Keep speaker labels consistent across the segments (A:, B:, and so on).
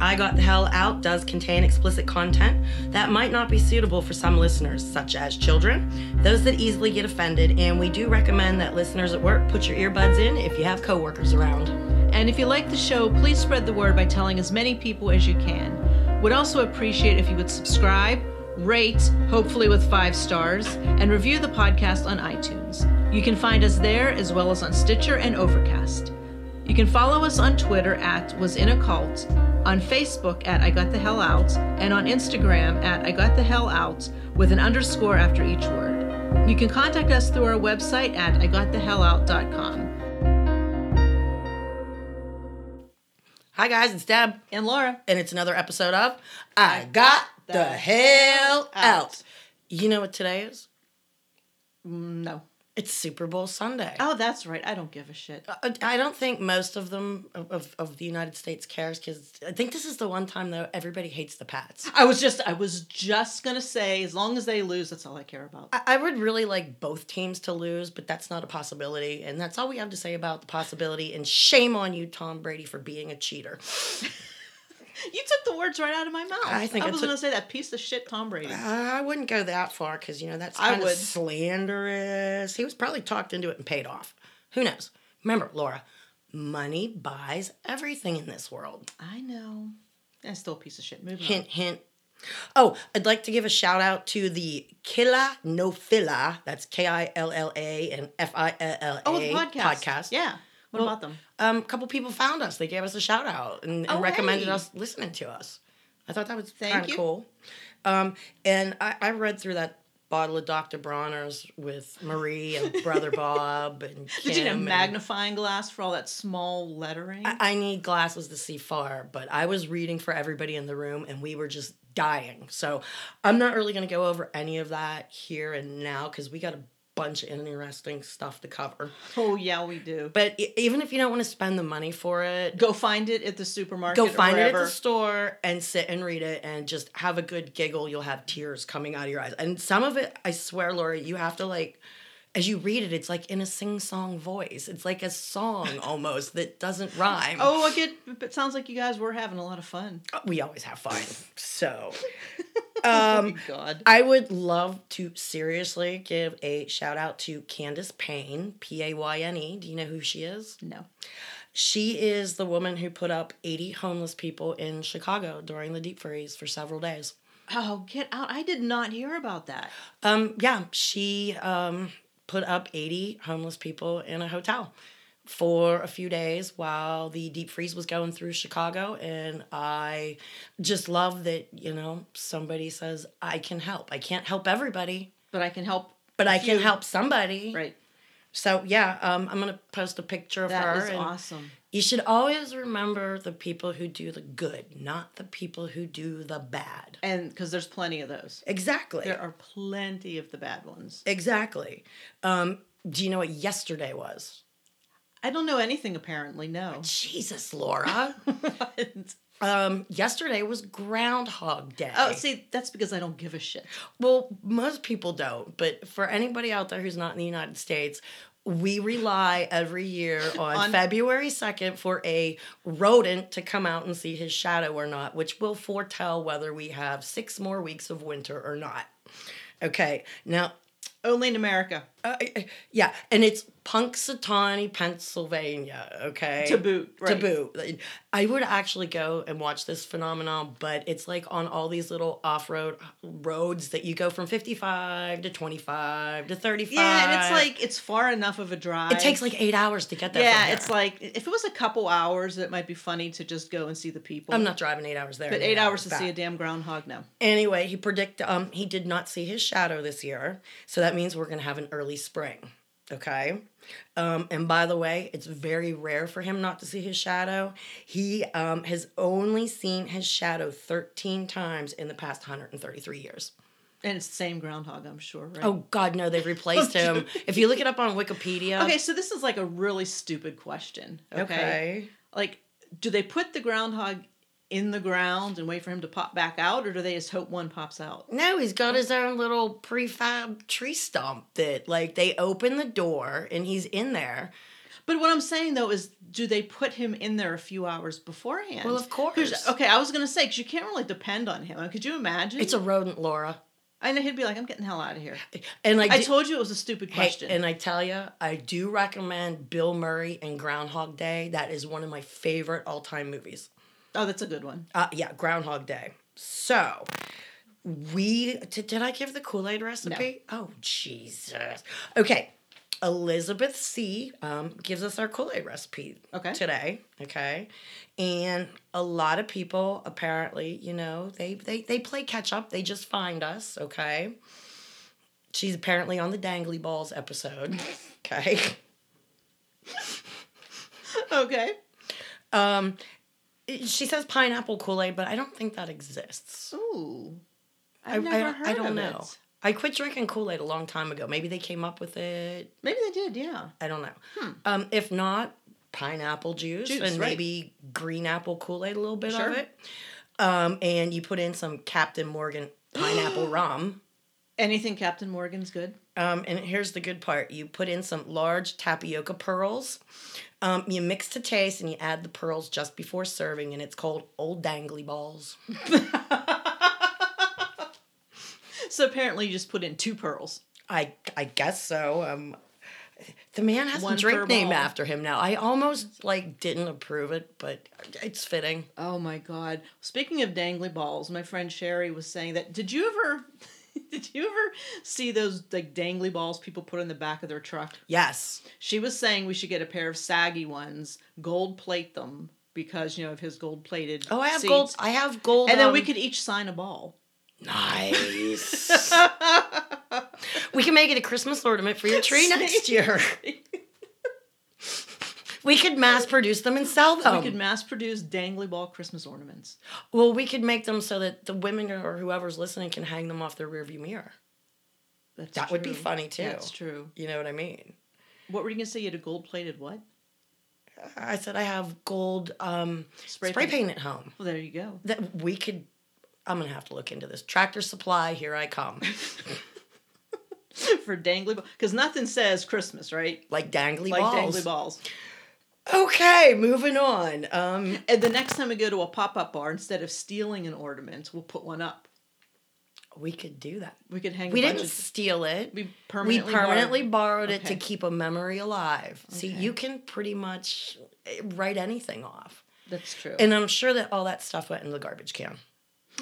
A: I Got the Hell Out does contain explicit content that might not be suitable for some listeners, such as children, those that easily get offended, and we do recommend that listeners at work put your earbuds in if you have coworkers around.
B: And if you like the show, please spread the word by telling as many people as you can. Would also appreciate if you would subscribe, rate, hopefully with five stars, and review the podcast on iTunes. You can find us there as well as on Stitcher and Overcast. You can follow us on Twitter at Was In A Cult, on Facebook at I Got The Hell Out, and on Instagram at I Got The Hell Out with an underscore after each word. You can contact us through our website at IGotTheHellOut.com.
A: Hi, guys, it's Deb,
B: And Laura,
A: and it's another episode of I Got the Hell Out. You know what today is?
B: no.
A: It's Super Bowl Sunday.
B: Oh, that's right. I don't give a shit.
A: Uh, I don't think most of them of, of, of the United States cares because I think this is the one time though everybody hates the Pats.
B: I was just, I was just gonna say, as long as they lose, that's all I care about.
A: I, I would really like both teams to lose, but that's not a possibility, and that's all we have to say about the possibility. And shame on you, Tom Brady, for being a cheater.
B: You took the words right out of my mouth.
A: I think Uh,
B: I
A: I
B: was
A: took-
B: gonna say that piece of shit, Tom Brady.
A: I wouldn't go that far because you know that's
B: I
A: kind of
B: would.
A: slanderous. He was probably talked into it and paid off. Who knows? Remember, Laura, money buys everything in this world.
B: I know. That's still a piece of shit. Moving
A: Hint, hint. Oh, I'd like to give a shout out to the Killa No Filla. That's K I L L A and F I L L A
B: on. Oh, the podcast.
A: podcast.
B: Yeah. What
A: Well,
B: about them?
A: Um, a couple people found us. They gave us a shout out and, and
B: Oh,
A: recommended
B: hey.
A: us listening to us. I thought that was
B: Thank
A: kind of
B: you.
A: cool. Um, and I, I read through that bottle of Dr. Bronner's with Marie and Brother Bob and Kim.
B: Did you need a
A: and-
B: magnifying glass for all that small lettering?
A: I I need glasses to see far, but I was reading for everybody in the room and we were just dying. So I'm not really going to go over any of that here and now because we got a bunch of interesting stuff to cover.
B: oh yeah, we do.
A: But e- even if you don't want to spend the money for it,
B: Go find it at the supermarket.
A: go
B: or
A: find it at
B: wherever.
A: the store and sit and read it and just have a good giggle. You'll have tears coming out of your eyes. And some of it, I swear, Laura, you have to like, as you read it, it's like in a sing song voice. It's like a song almost that doesn't rhyme.
B: Oh, I get. It sounds like you guys were having a lot of fun.
A: we always have fun. So, um,
B: oh, God.
A: I would love to seriously give a shout out to Candace Payne, P A Y N E. Do you know who she is?
B: no.
A: She is the woman who put up 80 homeless people in Chicago during the deep freeze for several days.
B: Oh, get out! I did not hear about that.
A: Um, yeah, she um, put up 80 homeless people in a hotel for a few days while the deep freeze was going through Chicago. And I just love that, you know, somebody says, I can help. I can't help everybody,
B: But I can help.
A: but I can
B: you.
A: help somebody.
B: Right.
A: So, yeah, um, I'm going to post a picture of
B: That
A: her.
B: is
A: and
B: awesome.
A: You should always remember the people who do the good, not the people who do the bad.
B: And because there's plenty of those.
A: Exactly.
B: There are plenty of the bad ones.
A: Exactly. Um, do you know what yesterday was?
B: I don't know anything apparently. No.
A: Jesus, Laura.
B: What?
A: um, yesterday was Groundhog Day.
B: Oh, see, that's because I don't give a shit.
A: well, most people don't, but for anybody out there who's not in the United States, we rely every year on,
B: On-
A: February 2nd for a rodent to come out and see his shadow or not, which will foretell whether we have six more weeks of winter or not. Okay, now
B: Only in America.
A: Uh, yeah, and it's Punxsutawney, Pennsylvania. Okay,
B: To boot, right.
A: Taboo. I would actually go and watch this phenomenon, but it's like on all these little off-road roads that you go from fifty-five to twenty-five to thirty-five.
B: Yeah, and it's like it's far enough of a drive.
A: it takes like eight hours to get there. from
B: Yeah,
A: here.
B: it's like if it was a couple hours, it might be funny to just go and see the people.
A: I'm not driving eight hours there.
B: But
A: and
B: eight hours to
A: back.
B: see a damn groundhog, no.
A: Anyway, he predict um he did not see his shadow this year, so that means we're gonna have an early spring. Okay. Um, and by the way, it's very rare for him not to see his shadow. He um, has only seen his shadow 13 times in the past 133 years.
B: And it's the same groundhog, I'm sure, right?
A: Oh, God, no, they've replaced him. If you look it up on Wikipedia.
B: Okay, so this is like a really stupid question. Okay?
A: Okay.
B: Like, do they put the groundhog in the ground and wait for him to pop back out, or do they just hope one pops out?
A: No, he's got his own little prefab tree stump that, like, they open the door and he's in there.
B: But what I'm saying though is, do they put him in there a few hours beforehand?
A: Well, of
B: 'Cause-
A: course.
B: Okay, I was gonna say because you can't really depend on him. Could you imagine?
A: It's a rodent, Laura.
B: I know he'd be like, I'm getting the hell out of here.
A: And like
B: I told you it was a stupid
A: Hey,
B: question.
A: and I tell you, I do recommend Bill Murray and Groundhog Day. That is one of my favorite all time movies.
B: oh, that's a good one.
A: Uh, yeah, Groundhog Day. So, we did, did I give the Kool Aid recipe? Oh, Jesus. Okay. Elizabeth C. Um, gives us our Kool Aid recipe
B: Okay.
A: today. Okay. And a lot of people apparently, you know, they, they, they play catch up. They just find us. Okay. She's apparently on the Dangly Balls episode. Okay.
B: okay.
A: Um, she says pineapple Kool Aid, but I don't think that exists.
B: Ooh.
A: I, I,
B: I've never
A: don't-
B: heard
A: I don't
B: of
A: know.
B: it.
A: I quit drinking Kool Aid a long time ago. Maybe they came up with it.
B: Maybe they did, yeah.
A: I don't know. Um, if not, pineapple juice,
B: Hmm. Juice,
A: and
B: right.
A: maybe green apple Kool Aid, a little bit
B: Sure.
A: of it. Um, and you put in some Captain Morgan pineapple rum.
B: Anything Captain Morgan's good?
A: Um, and here's the good part you put in some large tapioca pearls. Um, you mix to taste and you add the pearls just before serving, and it's called Old Dangly Balls.
B: So apparently you just put in two pearls.
A: I I guess so. Um, the man has
B: One
A: a drink
B: per
A: name
B: ball.
A: after him now. I almost like didn't approve it, but it's fitting.
B: Oh my god. Speaking of dangly balls, my friend Sherry was saying that did you ever did you ever see those like dangly balls people put in the back of their truck?
A: Yes.
B: She was saying we should get a pair of saggy ones, gold plate them because you know of his gold plated
A: Oh, I have gold. I have gold.
B: And then we
A: um,
B: could each sign a ball.
A: nice. we can make it a Christmas ornament for your tree next year. we could mass produce them and sell them.
B: we could mass produce dangly ball Christmas ornaments.
A: well, we could make them so that the women or whoever's listening can hang them off their rearview mirror.
B: That's
A: That would be
B: true.
A: funny, too.
B: That's true.
A: You know what I mean?
B: What were you gonna say? You had a gold plated what?
A: I said I have gold um, spray, paint at home.
B: Well, there you go.
A: that we could i'm gonna have to look into this tractor supply here i come
B: For dangly ball, because nothing says Christmas, right?
A: like dangly
B: Like
A: balls
B: dangly balls.
A: okay moving on um
B: And the next time we go to a pop up bar, instead of stealing an ornament, we'll put one up.
A: we could do that
B: We could hang.
A: we
B: a bunch
A: didn't
B: Of,
A: steal it
B: we
A: we
B: permanently.
A: permanently
B: borrowed-
A: borrowed it to
B: Okay.
A: keep a memory alive see
B: Okay.
A: you can pretty much eh, write anything off
B: That's true.
A: and i'm sure that all that stuff went in the garbage can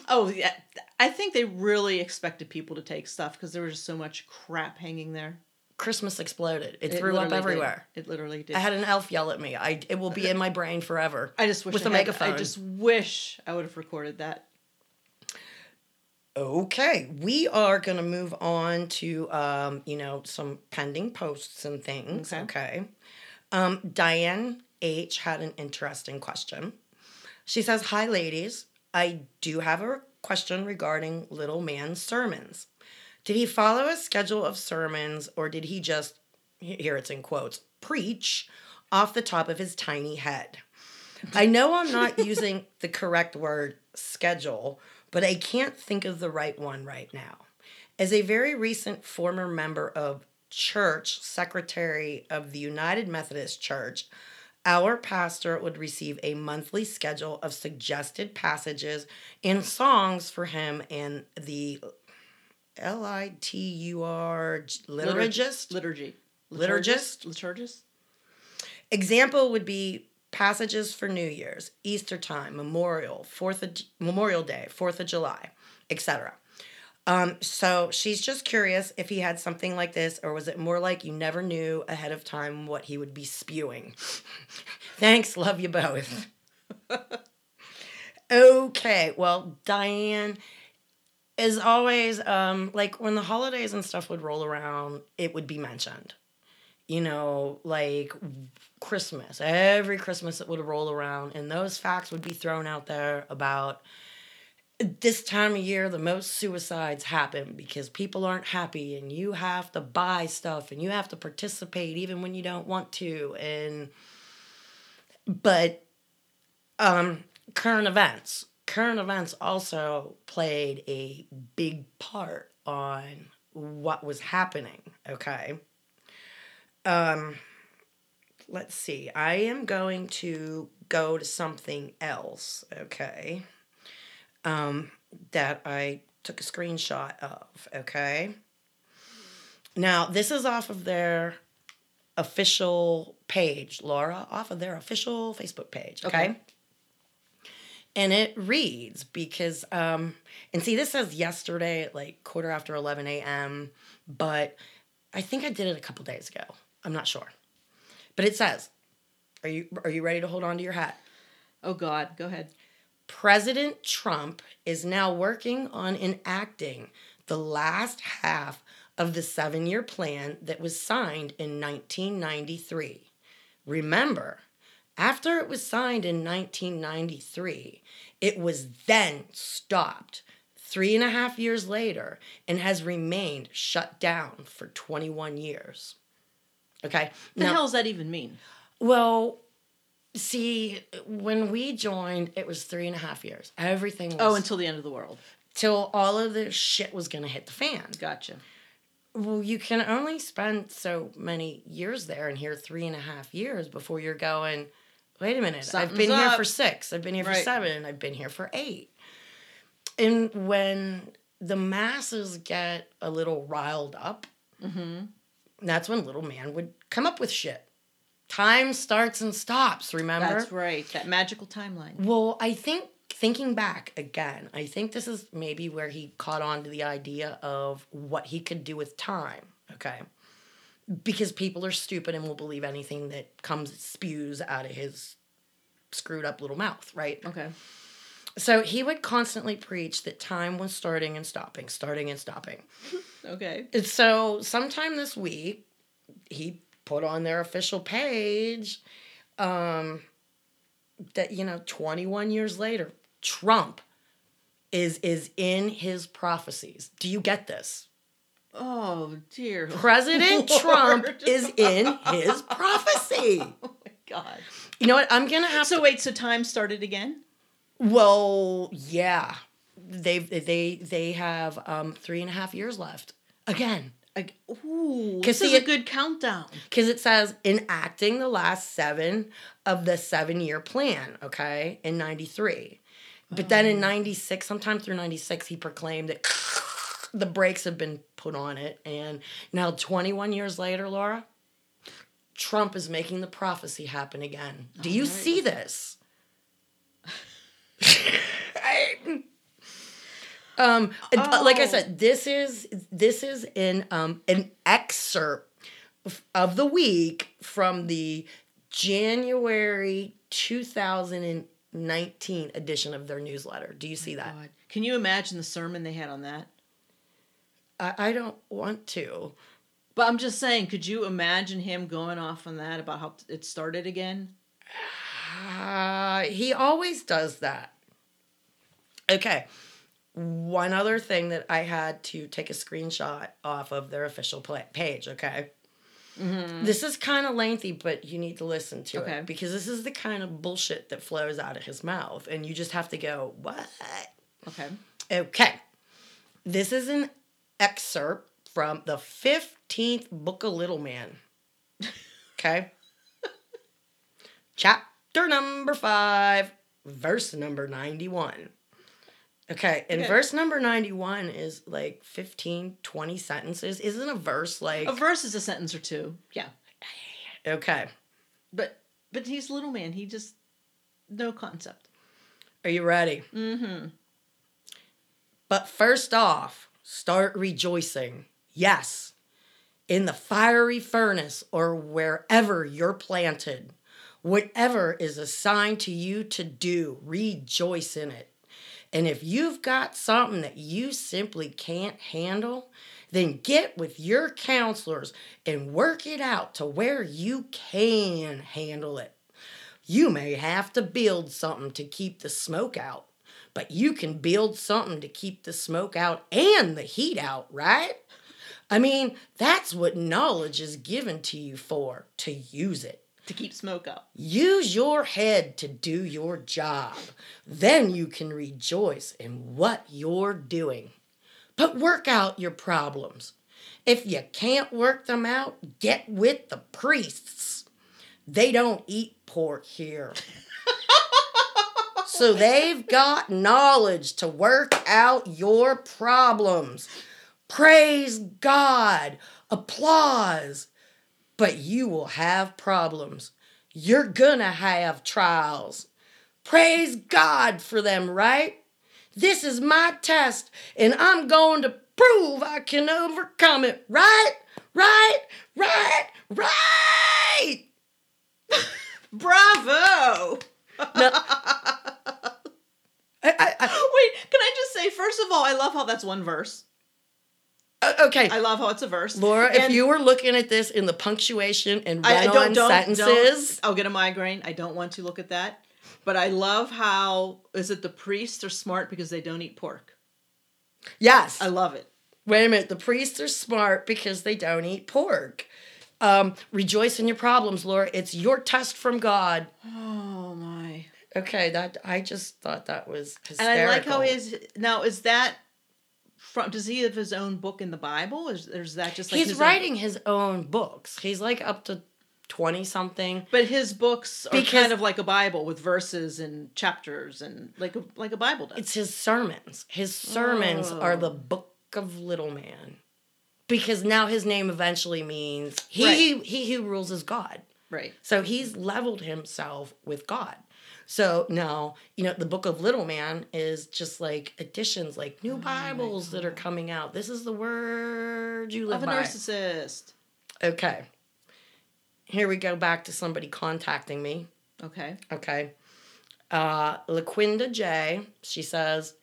B: oh yeah, I think they really expected people to take stuff because there was just so much crap hanging there.
A: christmas exploded it, threw up
B: literally did.
A: everywhere
B: It literally did.
A: i had an elf yell at me i it will be in my brain forever
B: I just wish
A: with
B: I
A: a
B: had-
A: megaphone.
B: I just wish I would have recorded that.
A: Okay, we are going to move on to um, you know some pending posts and things.
B: Okay.
A: Okay. Um, Diane H had an interesting question. She says, "Hi, ladies. I do have a question regarding Little Man's sermons. Did he follow a schedule of sermons, or did he just here it's in quotes preach off the top of his tiny head?" I know I'm not using the correct word schedule, but I can't think of the right one right now. As a very recent former member of church, secretary of the United Methodist Church, our pastor would receive a monthly schedule of suggested passages and songs for him and the L I T U R liturgist.
B: Liturgy.
A: Liturgist?
B: Liturgist.
A: Example would be passages for New Year's, Easter time, Memorial, Fourth of, Memorial Day, Fourth of July, etc. Um, so she's just curious if he had something like this, or was it more like you never knew ahead of time what he would be spewing? Thanks, love you both. okay, well, Diane, as always, um, like when the holidays and stuff would roll around, it would be mentioned. You know, like Christmas. Every Christmas it would roll around, and those facts would be thrown out there about this time of year the most suicides happen because people aren't happy and you have to buy stuff and you have to participate even when you don't want to and but um current events current events also played a big part on what was happening okay um let's see. I am going to go to something else, okay? Um, that I took a screenshot of, okay? Now, this is off of their official page, Laura, off of their official Facebook page, okay?
B: Okay.
A: And it reads because, um, and see, this says yesterday at like quarter after 11 a.m., but I think I did it a couple days ago. I'm not sure. But it says, are you are you ready to hold on to your hat?
B: Oh God, go ahead.
A: President Trump is now working on enacting the last half of the seven year plan that was signed in 1993. Remember, after it was signed in 1993, it was then stopped three and a half years later and has remained shut down for 21 years. Okay.
B: The hell does that even mean?
A: Well, see, when we joined, it was three and a half years. Everything was
B: Oh, until the end of the world.
A: till all of this shit was gonna hit the fan.
B: Gotcha.
A: Well, you can only spend so many years there and here three and a half years before you're going, wait a minute, I've been
B: Something's
A: here
B: up."
A: for six, I've been here for
B: Right.
A: seven, I've been here for eight. And when the masses get a little riled up,
B: Mm-hmm.
A: that's when little man would come up with shit. Time starts and stops, remember?
B: That's right. That magical timeline.
A: Well, I think thinking back again, I think this is maybe where he caught on to the idea of what he could do with time. Okay. Because people are stupid and will believe anything that comes spews out of his screwed up little mouth, right?
B: Okay.
A: So he would constantly preach that time was starting and stopping, starting and stopping.
B: Okay.
A: And so sometime this week, he put on their official page um, that you know, 21 years later, Trump is is in his prophecies. Do you get this?
B: Oh dear.
A: President
B: Lord.
A: Trump is in his prophecy.
B: Oh my God.
A: You know what? I'm gonna have
B: So
A: to.
B: wait. So time started again.
A: Well, yeah, they've they they have um, three and a half years left again.
B: Like, ooh,
A: 'Cause
B: this is
A: see,
B: a
A: it-
B: good countdown.
A: because it says enacting the last seven of the seven year plan, okay, in 93. But then in 96, sometime through 96, he proclaimed that the brakes have been put on it. And now, 21 years later, Laura, Trump is making the prophecy happen again. Do you
B: All right.
A: see this? I- um, uh, like I
B: Oh.
A: said, this is this is in um an excerpt f- of the week from the January 2019 edition of their newsletter. Do you see that?
B: God. Can you imagine the sermon they had on that?
A: I, I don't want to.
B: But I'm just saying, could you imagine him going off on that about how it started again?
A: Uh, he always does that. Okay. One other thing that I had to take a screenshot off of their official pla- page, okay? This is kind of lengthy, but you need to listen to
B: Okay.
A: it because this is the kind of bullshit that flows out of his mouth, and you just have to go, what?
B: Okay.
A: Okay. This is an excerpt from the 15th book of Little Man. Okay. Chapter number five, verse number 91. Okay, and
B: Okay.
A: verse number 91 is like 15, 20 sentences. Isn't a verse like.
B: A verse is a sentence or two. Yeah.
A: okay,
B: But but he's a little man. He just no concept.
A: are you ready?
B: Mm-hmm.
A: But first off, start rejoicing. Yes, in the fiery furnace or wherever you're planted. Whatever is assigned to you to do, rejoice in it. And if you've got something that you simply can't handle, then get with your counselors and work it out to where you can handle it. You may have to build something to keep the smoke out, but you can build something to keep the smoke out and the heat out, right? I mean, that's what knowledge is given to you for, to use it.
B: To keep smoke up.
A: Use your head to do your job. Then you can rejoice in what you're doing. But work out your problems. If you can't work them out, get with the priests. They don't eat pork here. so they've got knowledge to work out your problems. Praise God. Applause. But you will have problems. You're gonna have trials. Praise God for them, right? This is my test, and I'm going to prove I can overcome it, right? Right? Right? Right?
B: Bravo!
A: I, I, I-
B: Wait, can I just say, first of all, I love how that's one verse.
A: uh, okay.
B: I love how it's a verse.
A: Laura, if
B: And
A: you were looking at this in the punctuation and
B: I, I don't,
A: run-on
B: don't,
A: sentences,
B: don't, I'll get a migraine. I don't want to look at that. But I love how, is it the priests are smart because they don't eat pork?
A: yes.
B: I love it.
A: Wait a minute. The priests are smart because they don't eat pork. Um, rejoice in your problems, Laura. It's your test from God.
B: Oh, my.
A: Okay, that I just thought that was
B: And
A: hysterical.
B: I like how his, now is that from, does he have his own book in the Bible? Is, or is that just like
A: he's
B: his own-
A: writing his own books. He's like up to twenty something.
B: But his books are
A: Because-
B: kind of like a Bible with verses and chapters and like a, like a Bible does.
A: It's his sermons. His sermons are
B: Oh.
A: the book of little man. Because now his name eventually means he
B: Right.
A: he, he who rules is God.
B: right.
A: So he's leveled himself with God. So now, you know, the book of Little Man is just like additions, like
B: Oh
A: new Bibles that are coming out. This is the word you live
B: Of a
A: by.
B: narcissist.
A: Okay. Here we go back to somebody contacting me.
B: Okay.
A: Okay. Uh, LaQuinda J, she says,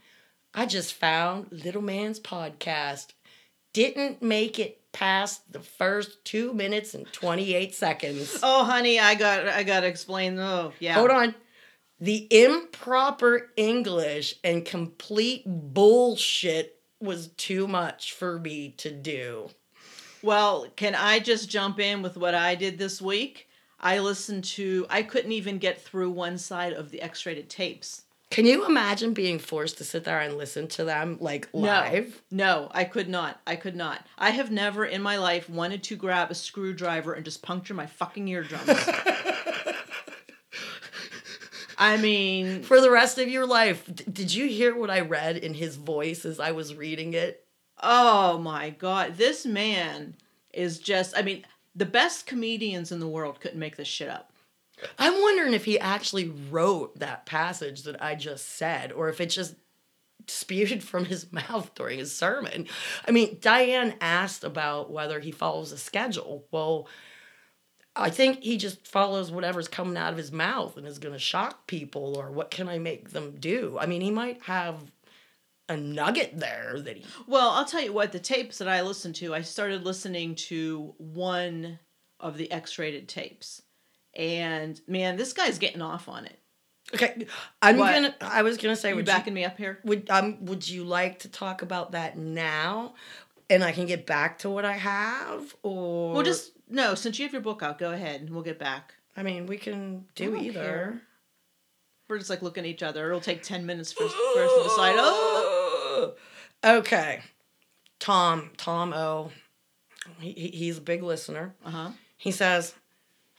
A: I just found Little Man's podcast. Didn't make it past the first two minutes and 28 seconds.
B: Oh, honey, I got I got to explain. Oh, yeah.
A: Hold on. The improper English and complete bullshit was too much for me to do.
B: Well, can I just jump in with what I did this week? I listened to. I couldn't even get through one side of the X-rated tapes.
A: Can you imagine being forced to sit there and listen to them like live?
B: No, I could not. I could not. I have never in my life wanted to grab a screwdriver and just puncture my fucking eardrums. I mean,
A: For the rest of your life, D- did you hear what I read in his voice as I was reading it?
B: Oh my god, this man is just I mean, the best comedians in the world couldn't make this shit up.
A: I'm wondering if he actually wrote that passage that I just said, or if it just spewed from his mouth during his sermon. I mean, Diane asked about whether he follows a schedule. Well, I think he just follows whatever's coming out of his mouth and is going to shock people, or what can I make them do? I mean, he might have a nugget there that he.
B: Well, I'll tell you what, the tapes that I listened to, I started listening to one of the X-rated tapes. And man, this guy's getting off on it.
A: Okay, I'm
B: What?
A: gonna. I was gonna say
B: Are you
A: would you-
B: backing me up here?
A: would um would you like to talk about that now and i can get back to what i have or
B: Well, just no, since you have your book out, go ahead and we'll get back.
A: i mean we can
B: I
A: do
B: don't
A: either
B: care. We're just like looking at each other. It'll take 10 minutes for, for us to decide. Oh,
A: okay tom tom o he, he- he's a big listener
B: uh-huh.
A: he says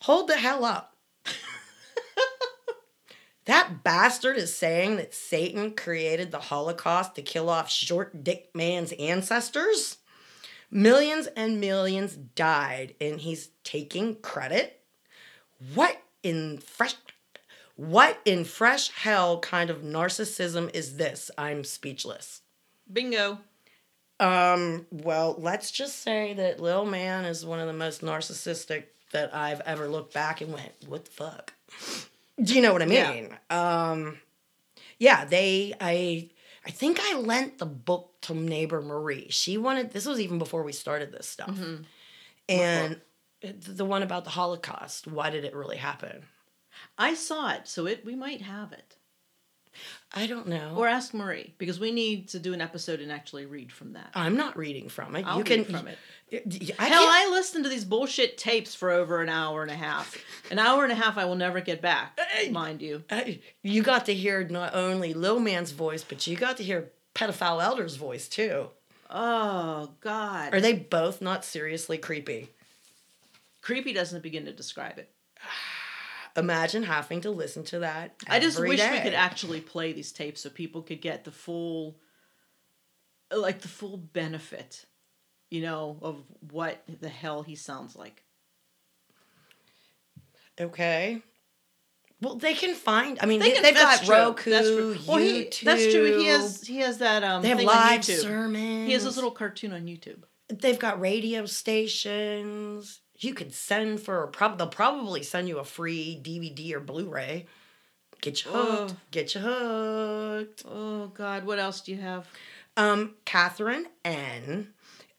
A: hold the hell up that bastard is saying that satan created the holocaust to kill off short dick man's ancestors Millions and millions died, and he's taking credit. What in fresh, what in fresh hell kind of narcissism is this? I'm speechless.
B: Bingo.
A: Um, well, let's just say that Lil Man is one of the most narcissistic that I've ever looked back and went, what the fuck? Do you know what I
B: Yeah.
A: mean? Um, yeah, they, I, I think I lent the book to neighbor Marie. She wanted, this was even before we started this stuff.
B: Mhm.
A: And the one about the Holocaust, why did it really happen?
B: I saw it, so it we might have it.
A: I don't know.
B: Or ask Marie because we need to do an episode and actually read from that.
A: I'm not reading from it.
B: I'll
A: Oh, you
B: read
A: can
B: from it.
A: I
B: Hell,
A: can't-
B: I listened to these bullshit tapes for over an hour and a half. An hour and a half, I will never get back, mind you.
A: I- Uh, you got to hear not only Lil Man's voice, but you got to hear Pedophile Elder's voice too.
B: Oh God,
A: Are they both not seriously creepy?
B: creepy doesn't begin to describe it.
A: Imagine having to listen to that.
B: I just
A: every
B: wish we
A: day.
B: could actually play these tapes so people could get the full, like the full benefit, you know, of what the hell he sounds like.
A: Okay. Well, they can find. I mean,
B: They
A: they
B: can-
A: have
B: that's
A: got
B: true.
A: Roku,
B: That's true. Well, he-
A: YouTube.
B: that's true. He has he has that um.
A: They have
B: thing on
A: live
B: YouTube.
A: sermons.
B: He has this little cartoon on YouTube.
A: They've got radio stations. You could send for a prob. They'll probably send you a free DVD or Blu-ray. Get you hooked.
B: Oh.
A: Get you hooked.
B: Oh God, what else do you have?
A: Um, Catherine N.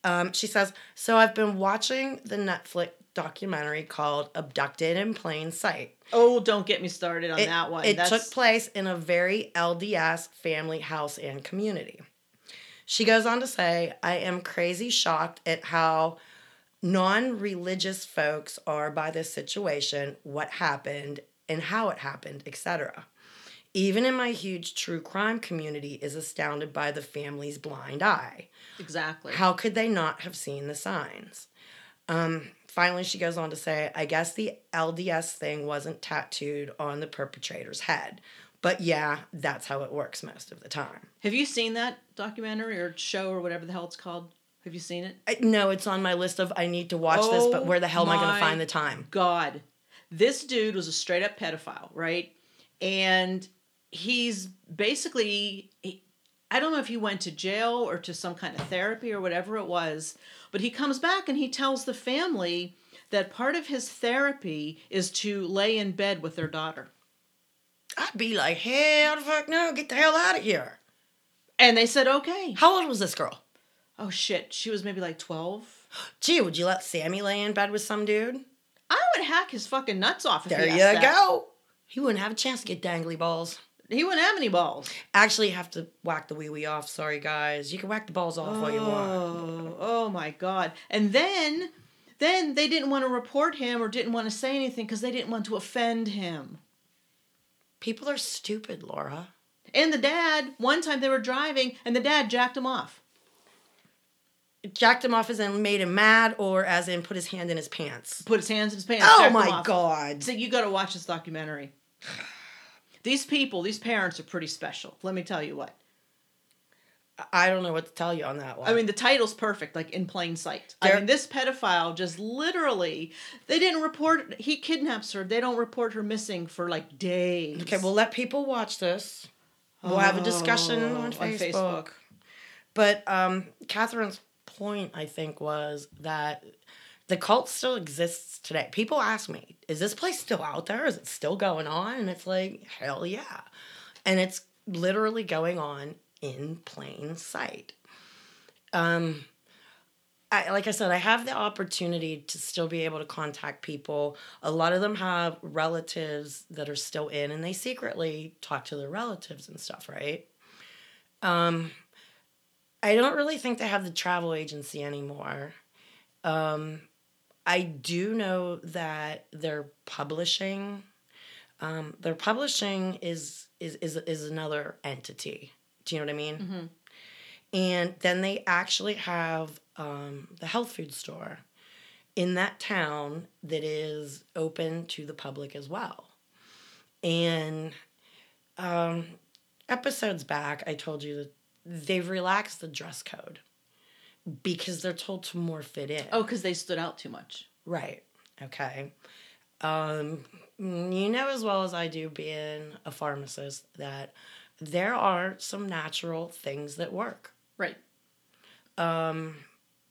A: Um, she says, so I've been watching the Netflix documentary called "Abducted in Plain Sight."
B: Oh, don't get me started on
A: it,
B: that one.
A: It
B: That's,
A: took place in a very LDS family house and community. She goes on to say, I am crazy shocked at how non religious folks are by this situation, what happened, and how it happened, etc. Even in my huge true crime community is astounded by the family's blind eye.
B: exactly.
A: How could they not have seen the signs? Um, finally, she goes on to say, I guess the LDS thing wasn't tattooed on the perpetrator's head. But yeah, that's how it works most of the time.
B: Have you seen that documentary or show or whatever the hell it's called? Have you seen it?
A: I, no, it's on my list of I need to watch this, but
B: Oh
A: where the hell am I going
B: my
A: to find the time?
B: God. This dude was a straight up pedophile, right? And he's basically, he- I don't know if he went to jail or to some kind of therapy or whatever it was, but he comes back and he tells the family that part of his therapy is to lay in bed with their daughter.
A: I'd be like, hell the fuck no, get the hell out of here.
B: And they said, okay.
A: How old was this girl?
B: Oh shit, she was maybe like 12.
A: Gee, would you let Sammy lay in bed with some dude?
B: I would hack his fucking nuts off if
A: There
B: he
A: you
B: asked that.
A: go. He wouldn't have a chance to get dangly balls.
B: He wouldn't have any balls.
A: Actually, you have to whack the wee wee off. Sorry, guys. You can whack the balls off all you want.
B: Oh, oh my god. And then then they didn't want to report him or didn't want to say anything because they didn't want to offend him.
A: People are stupid, Laura.
B: And the dad, one time they were driving and the dad jacked him off.
A: Jacked him off as in made him mad, or as in put his hand in his pants.
B: Put his hands in his pants.
A: Oh
B: jacked him
A: my
B: off.
A: god.
B: So you gotta watch this documentary. These people, these parents are pretty special. Let me tell you what.
A: I don't know what to tell you on that one.
B: I mean, the title's perfect, like in plain sight. I
A: There-
B: mean, this pedophile just literally, they didn't report, he kidnaps her. They don't report her missing for like days.
A: okay, we'll let people watch this. We'll have a discussion
B: Oh,
A: on
B: on Facebook.
A: Facebook. But um, Catherine's point, I think, was that the cult still exists today. People ask me, is this place still out there? Is it still going on? And it's like, hell yeah. And it's literally going on in plain sight. Um, I, like I said, I have the opportunity to still be able to contact people. A lot of them have relatives that are still in, and they secretly talk to their relatives and stuff, right? Um, I don't really think they have the travel agency anymore. Um, I do know that their publishing, um, their publishing is is is is another entity. Do you know what I mean?
B: Mhm.
A: And then they actually have um, the health food store in that town that is open to the public as well. And um, episodes back, I told you that they've relaxed the dress code because they're told to more fit in.
B: Oh, because they stood out too much.
A: Right. Okay. Um, you know as well as I do, being a pharmacist, that there are some natural things that work.
B: Right.
A: Um,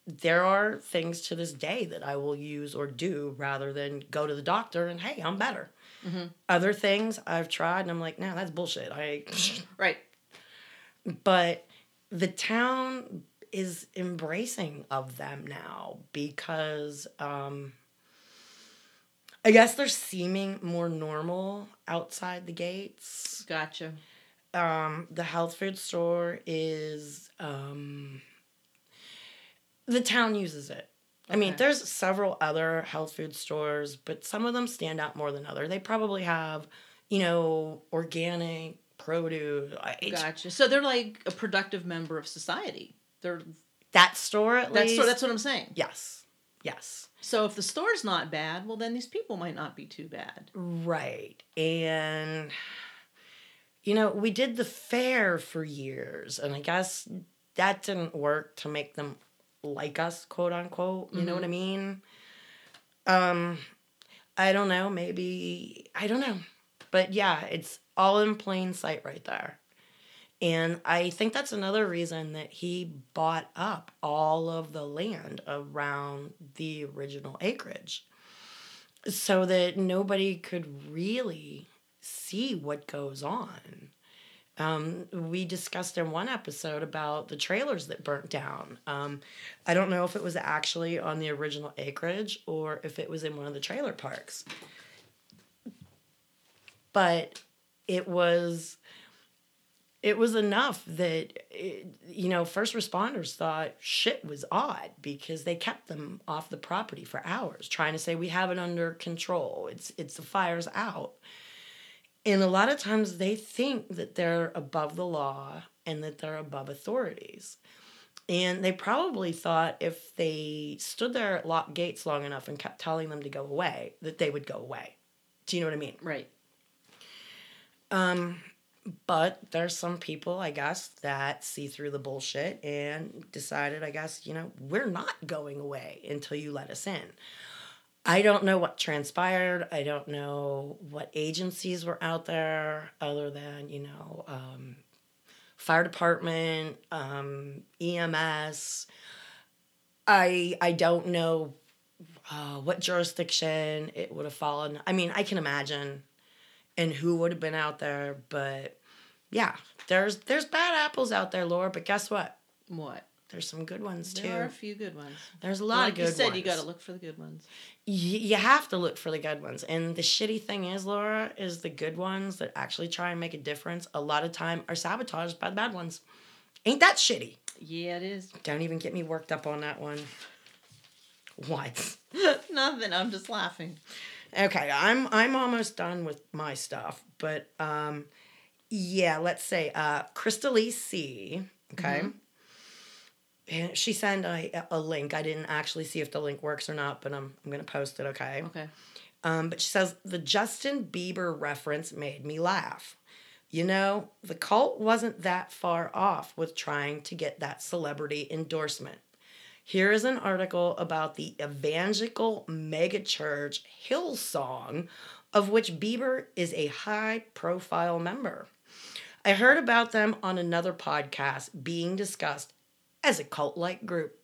A: there are things to this day that I will use or do rather than go to the doctor and hey, I'm better.
B: Mhm.
A: Other things I've tried and I'm like, no, that's bullshit. I
B: Right.
A: but the town is embracing of them now because um i guess they're seeming more normal outside the gates
B: Gotcha.
A: um the health food store is um the town uses it I mean,
B: Okay.
A: there's several other health food stores, but some of them stand out more than other. They probably have, you know, organic produce. I- it's
B: Gotcha. So they're like a productive member of society. They're
A: that store at
B: that's
A: least.
B: sort- that's what I'm saying.
A: yes. Yes.
B: So if the store's not bad, well, then these people might not be too bad.
A: Right. And you know, we did the fair for years, and I guess that didn't work to make them like us, quote unquote. You know what I mean? Um I don't know, maybe I don't know. But yeah, it's all in plain sight right there. And I think that's another reason that he bought up all of the land around the original acreage so that nobody could really see what goes on. Um, we discussed in one episode about the trailers that burnt down. Um, I don't know if it was actually on the original acreage or if it was in one of the trailer parks, but it was it was enough that it, you know first responders thought shit was odd because they kept them off the property for hours trying to say we have it under control it's it's the fire's out and a lot of times they think that they're above the law and that they're above authorities and they probably thought if they stood there at locked gates long enough and kept telling them to go away that they would go away do you know what i mean
B: Right.
A: um, but there's some people, I guess, that see through the bullshit and decided, I guess, you know, we're not going away until you let us in. I don't know what transpired. I don't know what agencies were out there other than, you know, um, fire department, um, EMS. I I don't know uh, what jurisdiction it would have fallen. I mean, I can imagine and who would have been out there. But yeah, there's there's bad apples out there, Laura. But guess what?
B: What?
A: There's some good ones too.
B: There are a few good ones.
A: There's a lot
B: like
A: of good
B: you said,
A: ones.
B: you got to look for the good ones.
A: Y- you have to look for the good ones. And the shitty thing is, Laura, is the good ones that actually try and make a difference a lot of time are sabotaged by the bad ones. Ain't that shitty?
B: Yeah, it is.
A: Don't even get me worked up on that one. What?
B: Nothing. I'm just laughing.
A: Okay, I'm I'm almost done with my stuff, but um yeah, let's say uh Crystalise C, okay? And she sent a, a link. I didn't actually see if the link works or not, but I'm I'm going to post it, okay?
B: Okay.
A: Um but she says the Justin Bieber reference made me laugh. You know, the cult wasn't that far off with trying to get that celebrity endorsement. Here is an article about the evangelical megachurch Hillsong, of which Bieber is a high profile member. I heard about them on another podcast being discussed as a cult like group.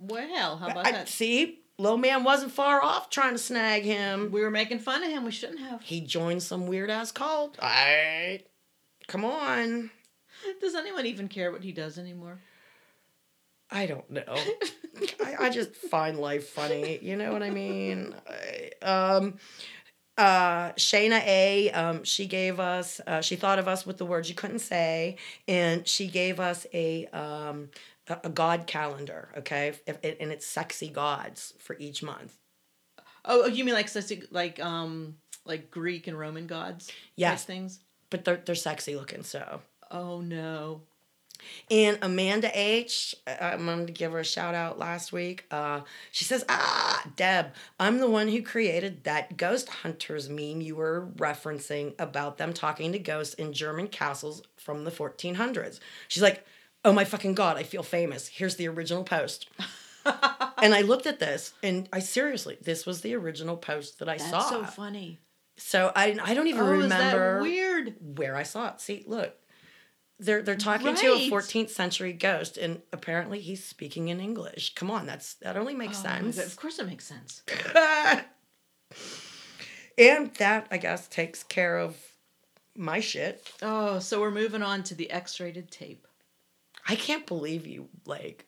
B: Well, hell, how about
A: I-
B: that?
A: see, Low Man wasn't far off trying to snag him.
B: Um, We were making fun of him. We shouldn't have.
A: He joined some weird ass cult. I. Come on.
B: Does anyone even care what he does anymore?
A: I don't know. I, I just find life funny. You know what I mean? I- um, uh, Shayna A. Um, she gave us. Uh, she thought of us with the words you couldn't say, and she gave us a um, a, a god calendar. Okay, If- if- and it's sexy gods for each month.
B: Oh, oh, you mean like sexy- like um like Greek and Roman gods? type
A: Yes.
B: things.
A: But they're they're sexy looking. So.
B: Oh no.
A: And Amanda H, I- I'm going to give her a shout out last week. Uh, she says, Ah, Deb, I'm the one who created that ghost hunters meme you were referencing about them talking to ghosts in German castles from the 1400s. She's like, Oh my fucking God, I feel famous. Here's the original post. and I looked at this and I seriously, this was the original post that I
B: That's
A: saw.
B: so funny.
A: so I, I don't even
B: Oh, is that
A: remember
B: weird?
A: where I saw it. See, look, they're they're talking to a
B: Right.
A: 14th century ghost, and apparently he's speaking in English. Come on, that's that only makes
B: Oh, my God,
A: sense.
B: Of course it makes sense.
A: and that I guess takes care of my shit.
B: Oh, so we're moving on to the X-rated tape.
A: I can't believe you like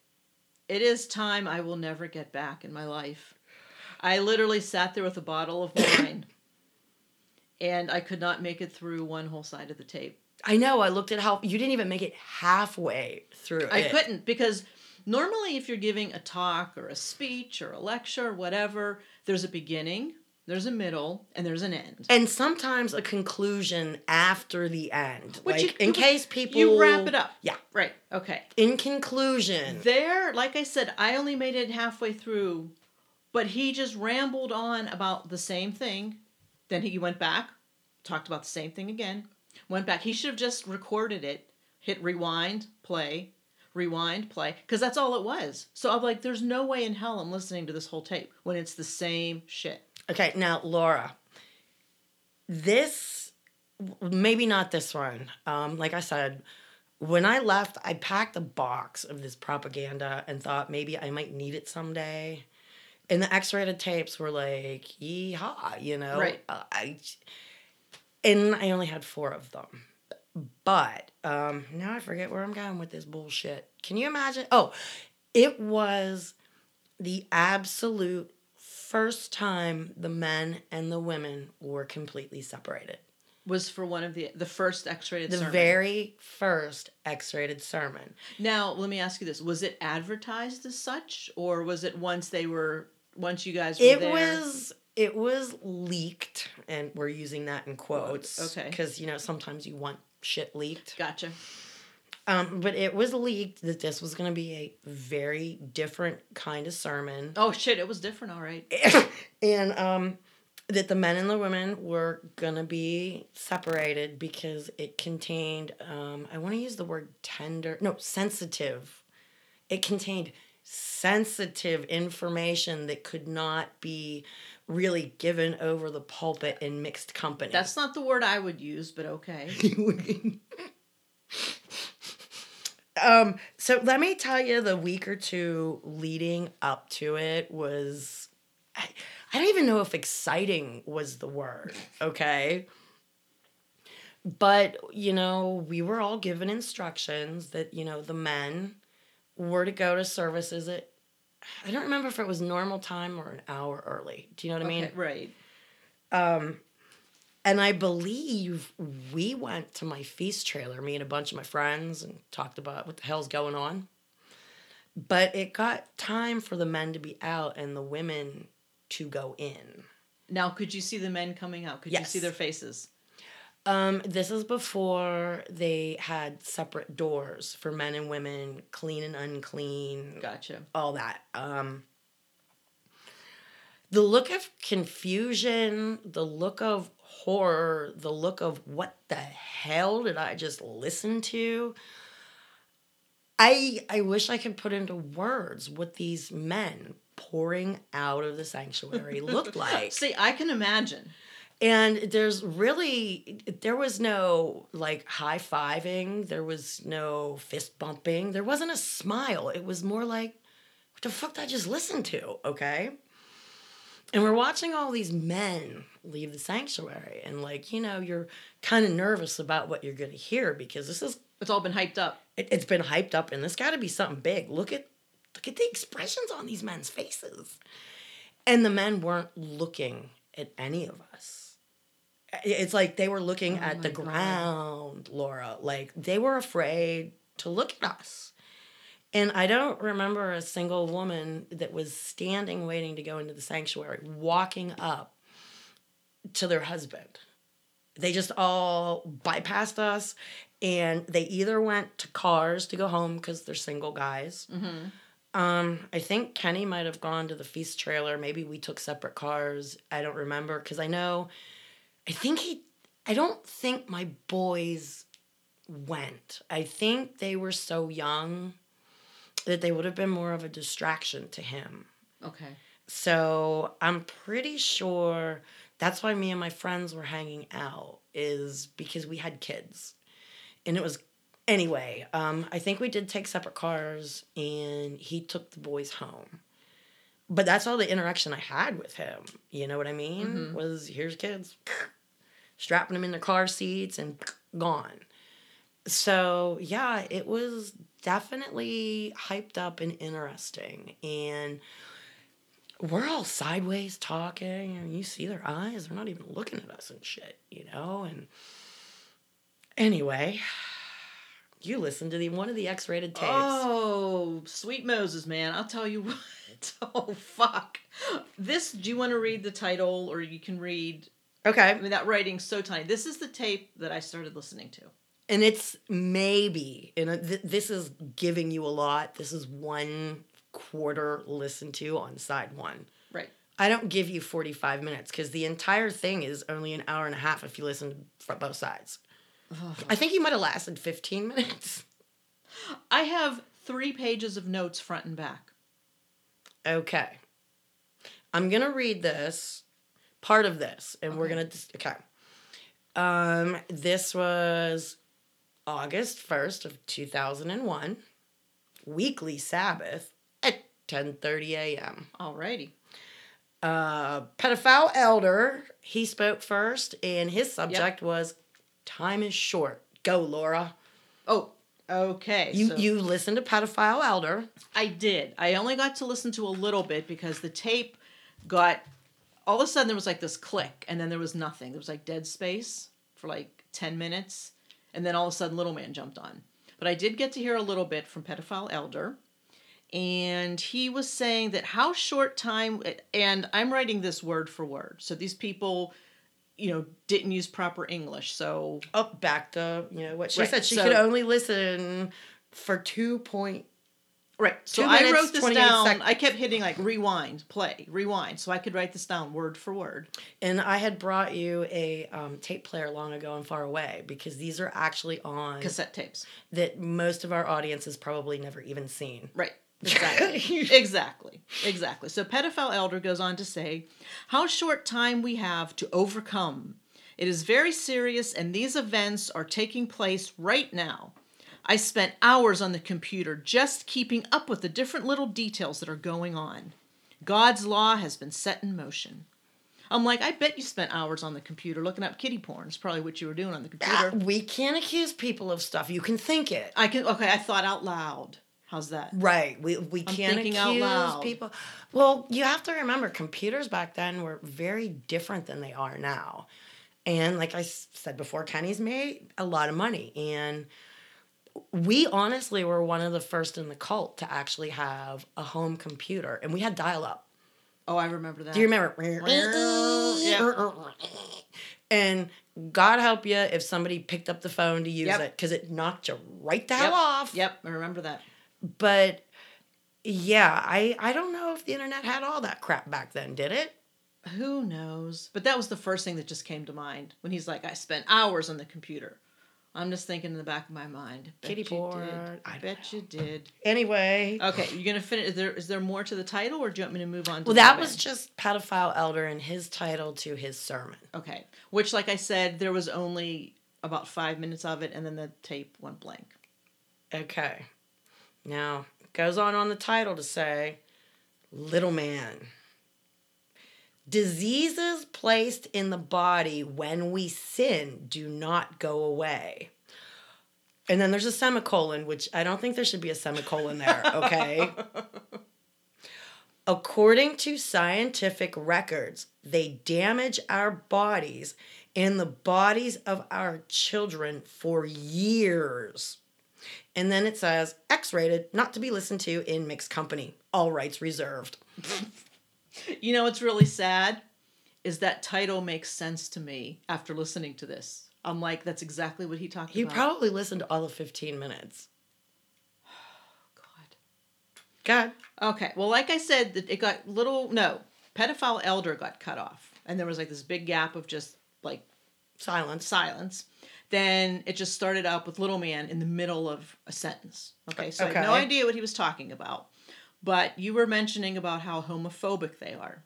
B: It is time I will never get back in my life. I literally sat there with a bottle of wine, and I could not make it through one whole side of the tape.
A: I know I looked at how you didn't even make it halfway through
B: I
A: it.
B: couldn't because normally if you're giving a talk or a speech or a lecture or whatever, there's a beginning, there's a middle, and there's an end.
A: And sometimes a conclusion after the end.
B: Which you-
A: like, in case people
B: you wrap it up.
A: Yeah.
B: Right. Okay.
A: In conclusion.
B: There, like I said, I only made it halfway through But he just rambled on about the same thing. Then he went back, talked about the same thing again, went back. He should have just recorded it, hit rewind, play, rewind, play, because that's all it was. So I'm like, there's no way in hell I'm listening to this whole tape when it's the same shit.
A: Okay, now Laura, this maybe not this one. Um, like I said, when I left, I packed a box of this propaganda and thought maybe I might need it someday. And the X-rated tapes were like, yeehaw, you know.
B: Right.
A: Uh, I, and I only had four of them. But um, now I forget where I'm going with this bullshit. Can you imagine? Oh, it was the absolute first time the men and the women were completely separated.
B: Was for one of the the first X-rated
A: The
B: sermon.
A: very first X-rated sermon.
B: now, let me ask you this: Was it advertised as such, or was it once they were once you guys were
A: It
B: there?
A: was it was leaked, and we're using that in quotes.
B: okay.
A: Because you know sometimes you want shit leaked.
B: Gotcha.
A: Um, but it was leaked that this was going to be a very different kind of sermon,
B: Oh shit! It was different. All right.
A: and um, that the men and the women were going to be separated because it contained um, I want to use the word tender, no sensitive. It contained sensitive information that could not be really given over the pulpit in mixed company.
B: That's not the word I would use, but okay.
A: um so let me tell you the week or two leading up to it was I, I don't even know if exciting was the word okay but you know we were all given instructions that you know the men were to go to services at i don't remember if it was normal time or an hour early do you know what i mean
B: Okay, right.
A: um, and I believe we went to my feast trailer, me and a bunch of my friends, and talked about what the hell's going on. But it got time for the men to be out and the women to go in.
B: Now, could you see the men coming out? Could you
A: Yes.
B: see their faces?
A: Um, this is before they had separate doors for men and women, clean and unclean,
B: Gotcha.
A: all that. Um, the look of confusion, the look of horror, the look of what the hell did I just listen to? I I wish I could put into words what these men pouring out of the sanctuary looked like.
B: See, I can imagine.
A: And there's really there was no like high fiving, there was no fist bumping, there wasn't a smile. It was more like, what the fuck did I just listen to? Okay. And we're watching all these men leave the sanctuary and like, you know, you're kind of nervous about what you're gonna hear because this is
B: It's all been hyped up.
A: it, it's been hyped up and there's got to be something big look at look at the expressions on these men's faces and the men weren't looking at any of us I- it's like they were looking
B: Oh
A: at the
B: my God.
A: ground laura like they were afraid to look at us and i don't remember a single woman that was standing waiting to go into the sanctuary walking up to their husband they just all bypassed us and they either went to cars to go home because they're single guys
B: Mm-hmm.
A: um i think kenny might have gone to the feast trailer maybe we took separate cars i don't remember because i know i think he i don't think my boys went i think they were so young that they would have been more of a distraction to him
B: Okay.
A: so I'm pretty sure that's why me and my friends were hanging out is because we had kids. And it was anyway, um, I think we did take separate cars and he took the boys home. But that's all the interaction I had with him. You know what I mean?
B: Mhm.
A: Was here's kids, strapping them in their car seats and gone. So yeah, it was definitely hyped up and interesting. And we're all sideways talking and you see their eyes they're not even looking at us and shit you know and anyway you listen to the one of the x-rated tapes
B: Oh, sweet Moses, man! I'll tell you what. Oh fuck! This. Do you want to read the title, or you can read? I
A: okay
B: mean, that writing's so tiny. This is the tape that I started listening to.
A: and it's maybe and uh, th- this is giving you a lot this is one quarter listen to on side one
B: Right.
A: I don't give you 45 minutes because the entire thing is only an hour and a half if you listen from both sides. I think you might have lasted 15 minutes.
B: I have three pages of notes front and back.
A: Okay. I'm going to read this, part of this, and we're
B: Okay.
A: going to. Okay. Um, this was August 1st of 2001, weekly Sabbath at 10.30 a.m.
B: Alrighty.
A: uh, pedophile elder. He spoke first, and his subject was "Time is short." Go, Laura.
B: Oh, okay.
A: You
B: so
A: you listen to pedophile elder.
B: I did. I only got to listen to a little bit because the tape got all of a sudden there was like this click and then there was nothing. There was like dead space for like 10 minutes and then all of a sudden little man jumped on. But I did get to hear a little bit from pedophile elder and he was saying that how short time and I'm writing this word for word. So these people you know didn't use proper English. So
A: Up back to you know what she
B: Right,
A: said. She
B: so-
A: could only listen for two point.
B: Right. So
A: Two
B: I
A: minutes,
B: wrote this
A: 28
B: down.
A: sec-
B: I kept hitting like rewind, play, rewind, so I could write this down word for word.
A: And I had brought you a um, tape player long ago and far away because these are actually on
B: Cassette tapes.
A: that most of our audience has probably never even seen.
B: Right. Exactly. exactly. Exactly. So pedophile elder goes on to say, "How short time we have to overcome. It is very serious and these events are taking place right now. I spent hours on the computer just keeping up with the different little details that are going on. God's law has been set in motion." I'm like, I bet you spent hours on the computer looking up kitty porn. It's probably what you were doing on the
A: Ah,
B: computer.
A: we can't accuse people of stuff. You can think it.
B: I can okay, I thought out loud. How's that?
A: Right. We we can't
B: thinking
A: accuse
B: out loud.
A: people. Well, you have to remember computers back then were very different than they are now. And like I s- said before, Kenny's made a lot of money and we honestly were one of the first in the cult to actually have a home computer and we had dial up.
B: Oh, I remember that.
A: Do you remember?
B: Mm-hmm. Yeah.
A: And God help you if somebody picked up the phone to use
B: Yep.
A: it because it knocked you right the hell
B: yep.
A: off.
B: Yep, I remember that.
A: but yeah, I I don't know if the internet had all that crap back then, did it?
B: Who knows? But that was the first thing that just came to mind when he's like, I spent hours on the computer. I'm just thinking in the back of my mind. Bet
A: Kitty
B: you
A: porn.
B: Did.
A: I
B: I
A: don't
B: bet you did.
A: Anyway,
B: Okay, you're gonna finish. Is there is there more to the title, or do you want me to move on? To
A: well,
B: the
A: that
B: other
A: was
B: end?
A: just pedophile elder and his title to his sermon.
B: okay. Which, like I said, there was only about five minutes of it, and then the tape went blank.
A: Okay, now it goes on on the title to say, little man. Diseases placed in the body when we sin do not go away. And then there's a semicolon, which I don't think there should be a semicolon there, okay? According to scientific records, they damage our bodies and the bodies of our children for years. And then it says X rated, not to be listened to in mixed company, all rights reserved.
B: You know what's really sad is that title makes sense to me after listening to this. I'm like, that's exactly what he talked
A: He
B: about.
A: probably listened to all of 15 minutes.
B: God.
A: God.
B: Okay. Well, like I said, that it got little no pedophile elder got cut off, and there was like this big gap of just like
A: Silence.
B: silence. Then it just started up with little man in the middle of a sentence. Okay, so I have no
A: Okay.
B: idea what he was talking about, but you were mentioning about how homophobic they are.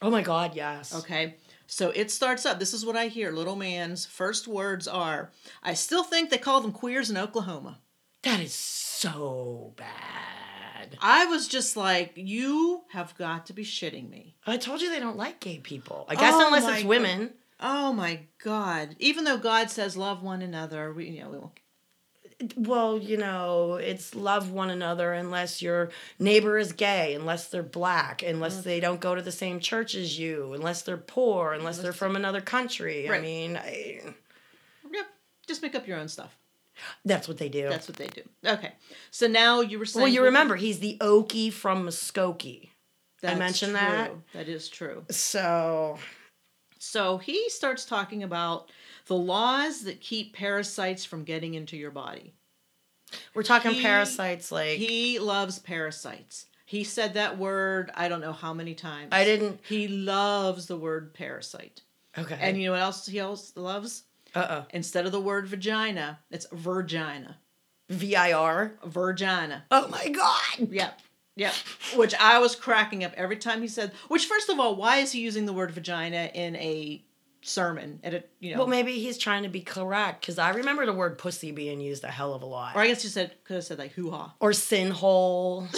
A: Oh my God, yes.
B: Okay. So it starts up. This is what I hear. Little man's first words are, "I still think they call them queers in Oklahoma."
A: That is so bad.
B: I was just like, "You have got to be shitting me."
A: I told you they don't like gay people. I guess
B: Oh
A: unless
B: my
A: it's
B: God.
A: women.
B: Oh my God! Even though God says love one another, we you know we won't.
A: well, you know, it's love one another unless your neighbor is gay, unless they're black, unless they don't go to the same church as you, unless they're poor, unless, they're from another country. I
B: Right.
A: mean, I,
B: Yep, just make up your own stuff.
A: that's what they do.
B: That's what they do. Okay, so now you were saying.
A: well, you remember he's the Okie from Muskogee. I
B: That's
A: mentioned
B: true.
A: that.
B: That is true.
A: So,
B: So he starts talking about the laws that keep parasites from getting into your body.
A: we're talking
B: He-
A: parasites like
B: He loves parasites. He said that word I don't know how many times.
A: I didn't.
B: He loves the word parasite.
A: Okay.
B: And you know what else he else loves?
A: uh oh.
B: Instead of the word vagina, it's virgina.
A: VIR.
B: Virgina.
A: Oh my God.
B: Yep. Yep. Which I was cracking up every time he said which first of all, why is he using the word vagina in a sermon at a you know
A: Well, maybe he's trying to be correct because I remember the word pussy being used a hell of a lot.
B: or I guess you said could have said like hoo ha.
A: Or sin hole.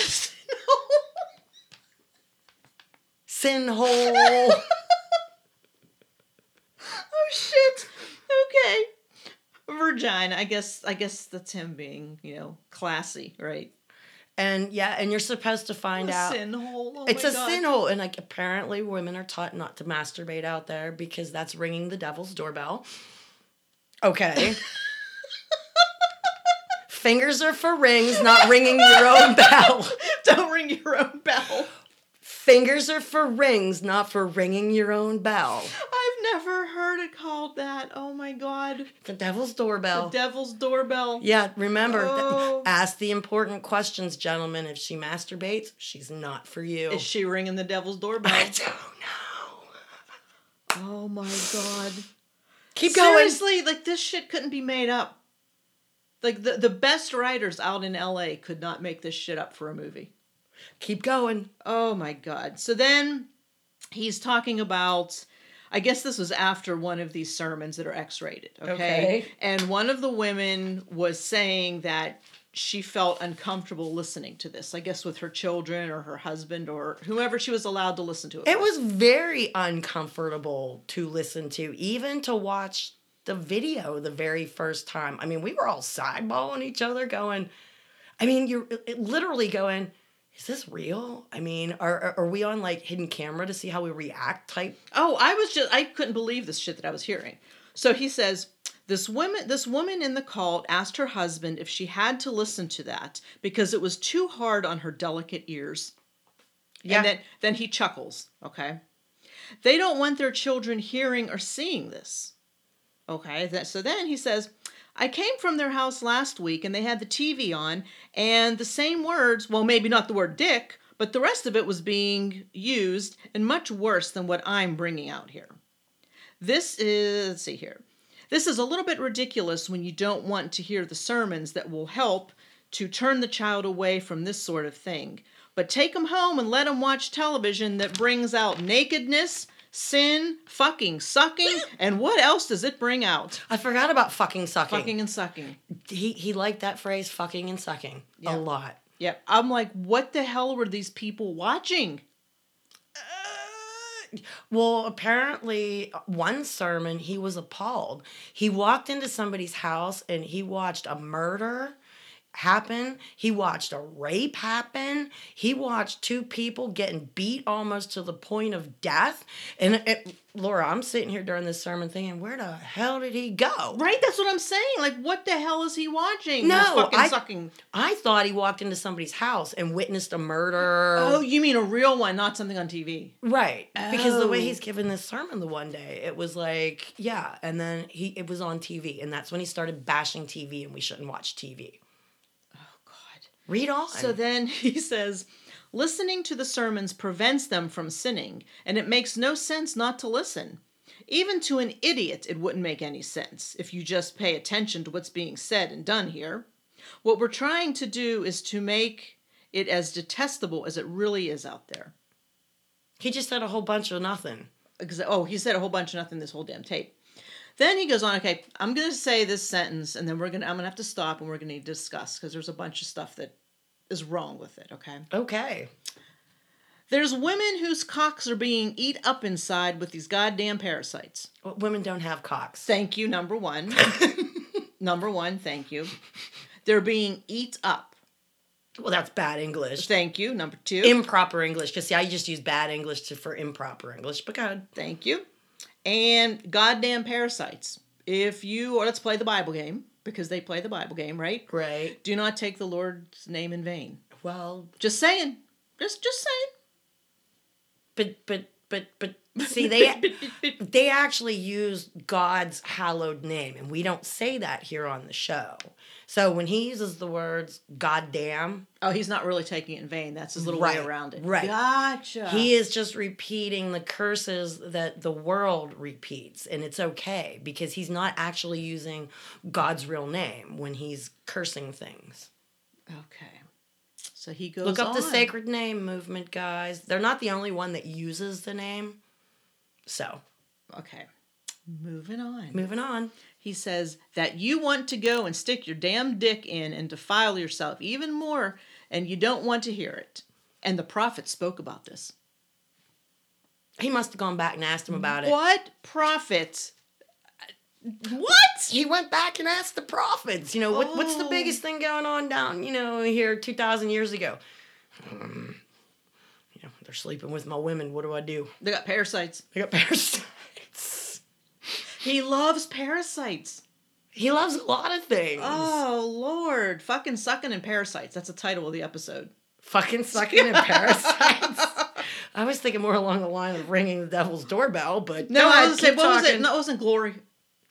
A: Sin hole.
B: Oh shit. Okay. Virgin. I guess I guess that's him being, you know, classy, right?
A: and yeah, and you're supposed to find out.
B: Sin hole. Oh
A: it's
B: my
A: a
B: God.
A: sin hole. And like apparently women are taught not to masturbate out there because that's ringing the devil's doorbell. Okay. Fingers are for rings, not ringing your own bell.
B: Don't ring your own bell.
A: Fingers are for rings, not for ringing your own bell.
B: I've never heard it called that. Oh my god.
A: The devil's
B: The
A: doorbell.
B: devil's doorbell.
A: yeah, remember, th-
B: Oh.
A: ask the important questions, gentlemen. If she masturbates, she's not for you.
B: Is she ringing the devil's
A: I
B: doorbell?
A: don't know.
B: oh my god.
A: Keep going.
B: Seriously, like this shit couldn't be made up. Like the, the best writers out in LA could not make this shit up for a movie.
A: Keep going.
B: Oh my god. So then he's talking about I guess this was after one of these sermons that are X-rated, okay?
A: Okay.
B: And one of the women was saying that she felt uncomfortable listening to this. I guess with her children or her husband or whomever she was allowed to listen to it.
A: It
B: with.
A: was very uncomfortable to listen to, even to watch the video the very first time. I mean, we were all sideballing each other, going, I mean, you're it- literally going, is this real? I mean, are, are- are we on like hidden camera to see how we react type?
B: Oh, I was just I couldn't believe this shit that I was hearing. So he says, this woman this woman in the cult asked her husband if she had to listen to that because it was too hard on her delicate ears.
A: Yeah.
B: And then then he chuckles, okay? They don't want their children hearing or seeing this. Okay? That, so then he says, I came from their house last week and they had the TV on and the same words, well maybe not the word dick, but the rest of it was being used and much worse than what I'm bringing out here. This is, let's see here. This is a little bit ridiculous when you don't want to hear the sermons that will help to turn the child away from this sort of thing. But take them home and let them watch television that brings out nakedness, sin, fucking, sucking, and what else does it bring out?
A: I forgot about fucking sucking.
B: Fucking and sucking.
A: He, he liked that phrase, fucking and sucking, a
B: Yeah.
A: lot.
B: Yep. I'm like, what the hell were these people watching?
A: Well, apparently, uh, one sermon, he was appalled. He walked into somebody's house and he watched a murder happen. He watched a rape happen. He watched two people getting beat almost to the point of death. And it, Laura, I'm sitting here during this sermon thinking, where the hell did he go?
B: Right? That's what I'm saying. Like, what the hell is he watching?
A: No,
B: This fucking
A: I-
B: sucking.
A: I thought he walked into somebody's house and witnessed a murder.
B: Oh, you mean a real one, not something on TV?
A: Right. Because the way
B: Oh.
A: he's given this sermon the one day, it was like, yeah. And then he it was on TV. And that's when he started bashing TV and we shouldn't watch TV.
B: Oh God.
A: Read on.
B: So then he says, listening to the sermons prevents them from sinning, and it makes no sense not to listen. Even to an idiot, it wouldn't make any sense if you just pay attention to what's being said and done here. What we're trying to do is to make it as detestable as it really is out there.
A: he just said a whole bunch of nothing.
B: Exa- Oh, he said a whole bunch of nothing this whole damn tape. Then he goes on, okay, I'm going to say this sentence and then we're going to I'm going to have to stop and we're going to discuss because there's a bunch of stuff that is wrong with it, okay?
A: Okay.
B: There's women whose cocks are being eat up inside with these goddamn parasites.
A: W- Women don't have cocks.
B: Thank you, number one. number one, thank you. They're being eat up.
A: Well, that's bad English.
B: Thank you, number two.
A: Improper English. Because, see, I just use bad English to, for improper English. But God.
B: thank you. And goddamn parasites. If you, or let's play the Bible game, because they play the Bible game, right?
A: Right.
B: Do not take the Lord's name in vain.
A: Well,
B: Just saying. Just, just saying.
A: but, but but but see they they actually use God's hallowed name and we don't say that here on the show. So when he uses the words goddamn,
B: Oh, he's not really taking it in vain. That's his little way
A: Right,
B: around it.
A: right.
B: Gotcha.
A: he is just repeating the curses that the world repeats and it's okay because he's not actually using God's real name when he's cursing things.
B: okay. So he goes.
A: Look up the
B: on.
A: sacred name movement, guys. They're not the only one that uses the name. So,
B: Okay. Moving on.
A: moving on.
B: He says that you want to go and stick your damn dick in and defile yourself even more, and you don't want to hear it. And the prophet spoke about this.
A: He must have gone back and asked him
B: Mm-hmm.
A: about it.
B: What prophet? What?
A: he went back and asked the prophets, you know, what, what's the
B: Oh.
A: biggest thing going on down, you know, here 2,000 years ago? Um, you know, they're sleeping with my women. What do I do?
B: They got parasites.
A: I got parasites.
B: He loves parasites.
A: he loves a lot of things.
B: Oh Lord, fucking sucking and parasites. That's the title of the episode.
A: Fucking sucking and parasites. I was thinking more along the line of ringing the devil's doorbell, but
B: No,
A: go
B: I
A: ahead,
B: was gonna say
A: keep
B: what was it?
A: talking.
B: No, it wasn't glory.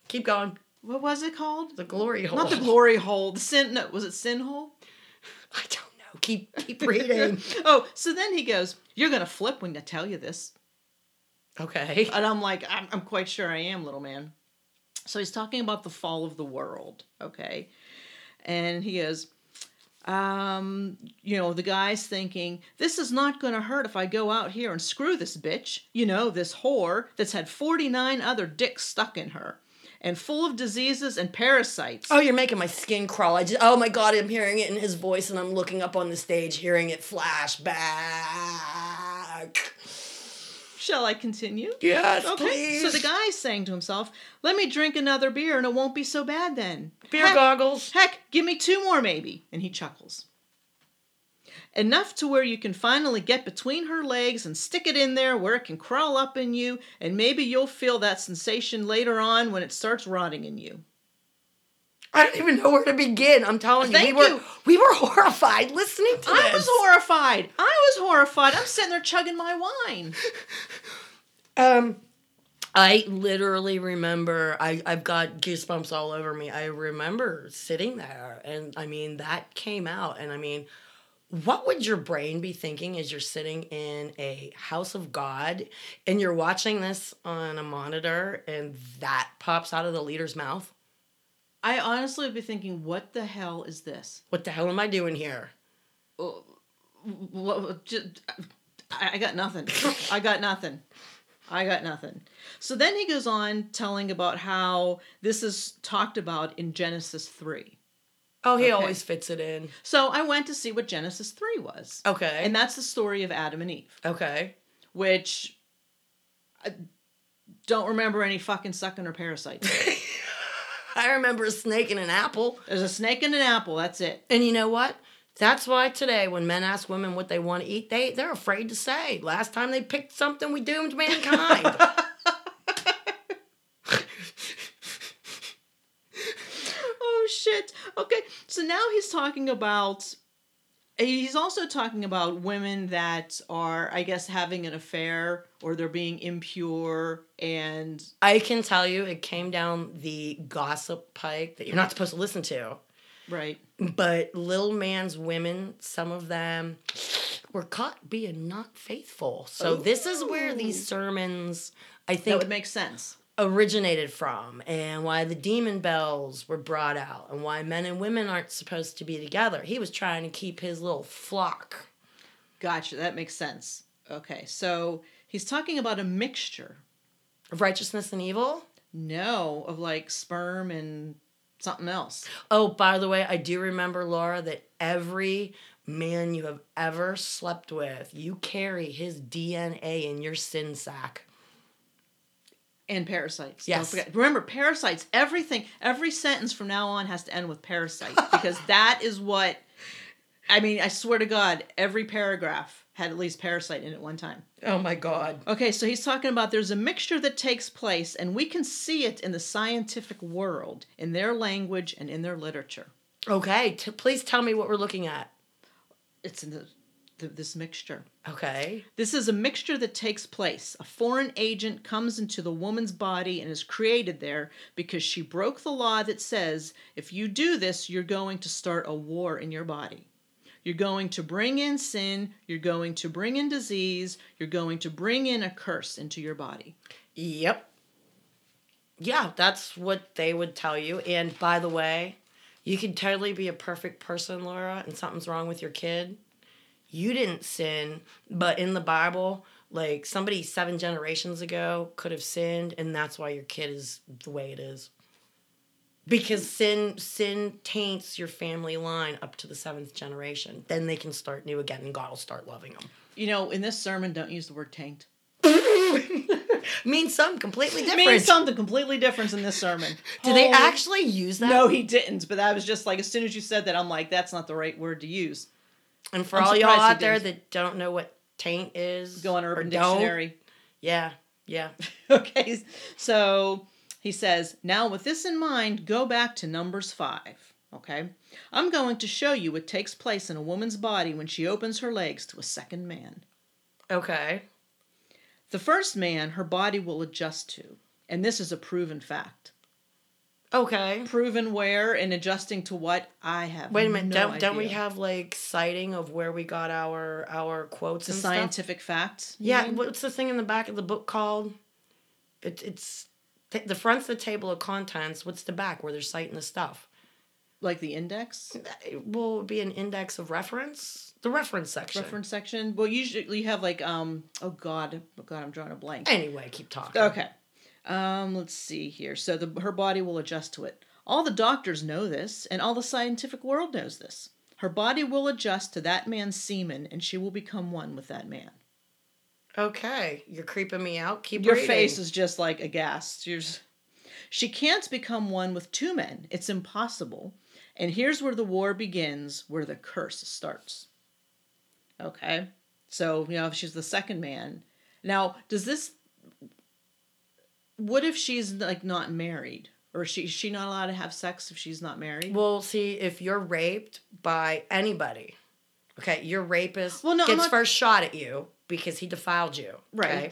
A: Keep going.
B: What was it called?
A: The glory hole.
B: Not the glory hole. The sin. No, was it sin hole?
A: I don't know. Keep keep reading.
B: oh, so then he goes, "You're gonna flip when I tell you this,"
A: okay.
B: and I'm like, "I'm, I'm quite sure I am, little man." So he's talking about the fall of the world, okay? And he goes, um, you know, the guy's thinking, this is not going to hurt if I go out here and screw this bitch, you know, this whore that's had 49 other dicks stuck in her and full of diseases and parasites.
A: Oh, you're making my skin crawl. I just, oh my God, I'm hearing it in his voice, and I'm looking up on the stage, hearing it flash back.
B: Shall I continue?
A: Yes,
B: Okay.
A: please.
B: So the guy's saying to himself, let me drink another beer and it won't be so bad then.
A: beer
B: Heck,
A: goggles.
B: Heck, give me two more maybe. And he chuckles. Enough to where you can finally get between her legs and stick it in there where it can crawl up in you, and maybe you'll feel that sensation later on when it starts rotting in you.
A: I don't even know where to begin. I'm telling you, we
B: Thank
A: were
B: you.
A: we were horrified listening to
B: I
A: this.
B: was horrified. I was horrified. I'm sitting there chugging my wine.
A: Um, I literally remember. I I've got goosebumps all over me. I remember sitting there, and I mean that came out, and I mean. What would your brain be thinking as you're sitting in a house of God and you're watching this on a monitor and that pops out of the leader's mouth?
B: I honestly would be thinking, what the hell is this?
A: What the hell am I doing here?
B: What, just, I, I got nothing. I got nothing. I got nothing. So then he goes on telling about how this is talked about in Genesis 3.
A: Oh, he
B: Okay.
A: always fits it in.
B: So I went to see what Genesis 3 was.
A: Okay.
B: And that's the story of Adam and Eve,
A: okay.
B: which I don't remember any fucking sucking or parasites.
A: I remember a snake and an apple.
B: There's a snake and an apple, that's it.
A: And you know what? That's why today, when men ask women what they want to eat, they they're afraid to say. Last time they picked something, we doomed mankind.
B: oh shit. Okay. So now he's talking about he's also talking about women that are I guess having an affair or they're being impure and
A: I can tell you, it came down the gossip pike that you're not supposed to listen to.
B: right.
A: But little man's women, some of them were caught being not faithful. So this is where these sermons, I
B: That
A: think,
B: would make sense.
A: originated from and why the demon bells were brought out and why men and women aren't supposed to be together. He was trying to keep his little flock.
B: Gotcha. That makes sense. Okay. So he's talking about a mixture
A: Of righteousness and evil?
B: no of like sperm and something else.
A: Oh, by the way, I do remember, Laura, that every man you have ever slept with, you carry his DNA in your sin sack.
B: And parasites.
A: Yes.
B: Don't forget. Remember, parasites, everything, every sentence from now on has to end with parasite because that is what, I mean, I swear to God, every paragraph had at least parasite in it one time.
A: Oh my God.
B: Okay, so he's talking about there's a mixture that takes place, and we can see it in the scientific world, in their language, and in their literature.
A: Okay, t- please tell me what we're looking at.
B: It's in the th- this mixture.
A: Okay.
B: This is a mixture that takes place. A foreign agent comes into the woman's body and is created there because she broke the law that says if you do this, you're going to start a war in your body. You're going to bring in sin, you're going to bring in disease, you're going to bring in a curse into your body.
A: Yep. Yeah, that's what they would tell you. And by the way, you can totally be a perfect person, Laura, and something's wrong with your kid. You didn't sin, but in the Bible, like somebody seven generations ago could have sinned, and that's why your kid is the way it is. Because sin sin taints your family line up to the seventh generation. Then they can start new again, and God will start loving them.
B: You know, in this sermon, don't use the word taint.
A: Means something completely
B: It
A: different.
B: means something completely different in this sermon.
A: Do they
B: Holy-
A: actually use that?
B: No, he didn't. But that was just like, as soon as you said that, I'm like, that's not the right word to use.
A: And for
B: I'm
A: all y'all
B: surprised he
A: out there
B: didn't.
A: that don't know what taint is,
B: Go on
A: or
B: Urban
A: don't,
B: Dictionary.
A: Yeah, yeah.
B: Okay, so he says, now with this in mind, go back to Numbers 5. Okay, I'm going to show you what takes place in a woman's body when she opens her legs to a second man.
A: Okay.
B: The first man her body will adjust to, and this is a proven fact.
A: Okay.
B: Proven where and adjusting to what I have.
A: Wait a minute.
B: no
A: don't don't we
B: idea.
A: have like citing of where we got our our quotes
B: the
A: and stuff?
B: scientific facts? you
A: Yeah.
B: mean?
A: What's the thing in the back of the book called? It, it's t- the front's the table of contents. What's the back where they're citing the stuff?
B: like the index
A: It will be an index of reference. The reference section.
B: reference section. Well, usually you have like um. Oh God, oh God, I'm drawing a blank.
A: Anyway, keep talking.
B: Okay. Um, let's see here. So the her body will adjust to it. All the doctors know this, and all the scientific world knows this. Her body will adjust to that man's semen, and she will become one with that man.
A: Okay. You're creeping me out. Keep
B: Your
A: reading.
B: face is just like aghast. You're just- She can't become one with two men. It's impossible. And here's where the war begins, where the curse starts. Okay. So, you know, if she's the second man. Now, does this what if she's like not married? Or is she is she not allowed to have sex if she's not married?
A: Well, see, if you're raped by anybody, okay, your rapist
B: Well, no, I'm
A: gets
B: not-
A: first shot at you because he defiled you. okay?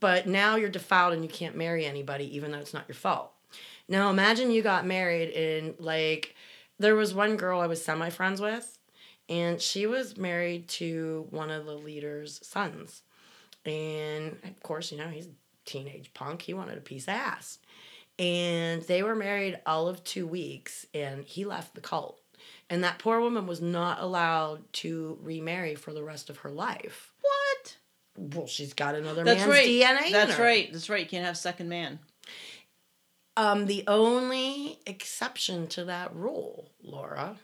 A: But now you're defiled and you can't marry anybody, even though it's not your fault. Now imagine you got married and like there was one girl I was semi friends with, and she was married to one of the leader's sons. And of course, you know, he's a teenage punk. He wanted a piece of ass. And they were married all of two weeks, and he left the cult. And that poor woman was not allowed to remarry for the rest of her life.
B: What?
A: Well, she's got another
B: That's
A: man's
B: right.
A: DNA. in
B: That's
A: her.
B: right. That's right. You can't have second man.
A: Um, the only exception to that rule, Laura,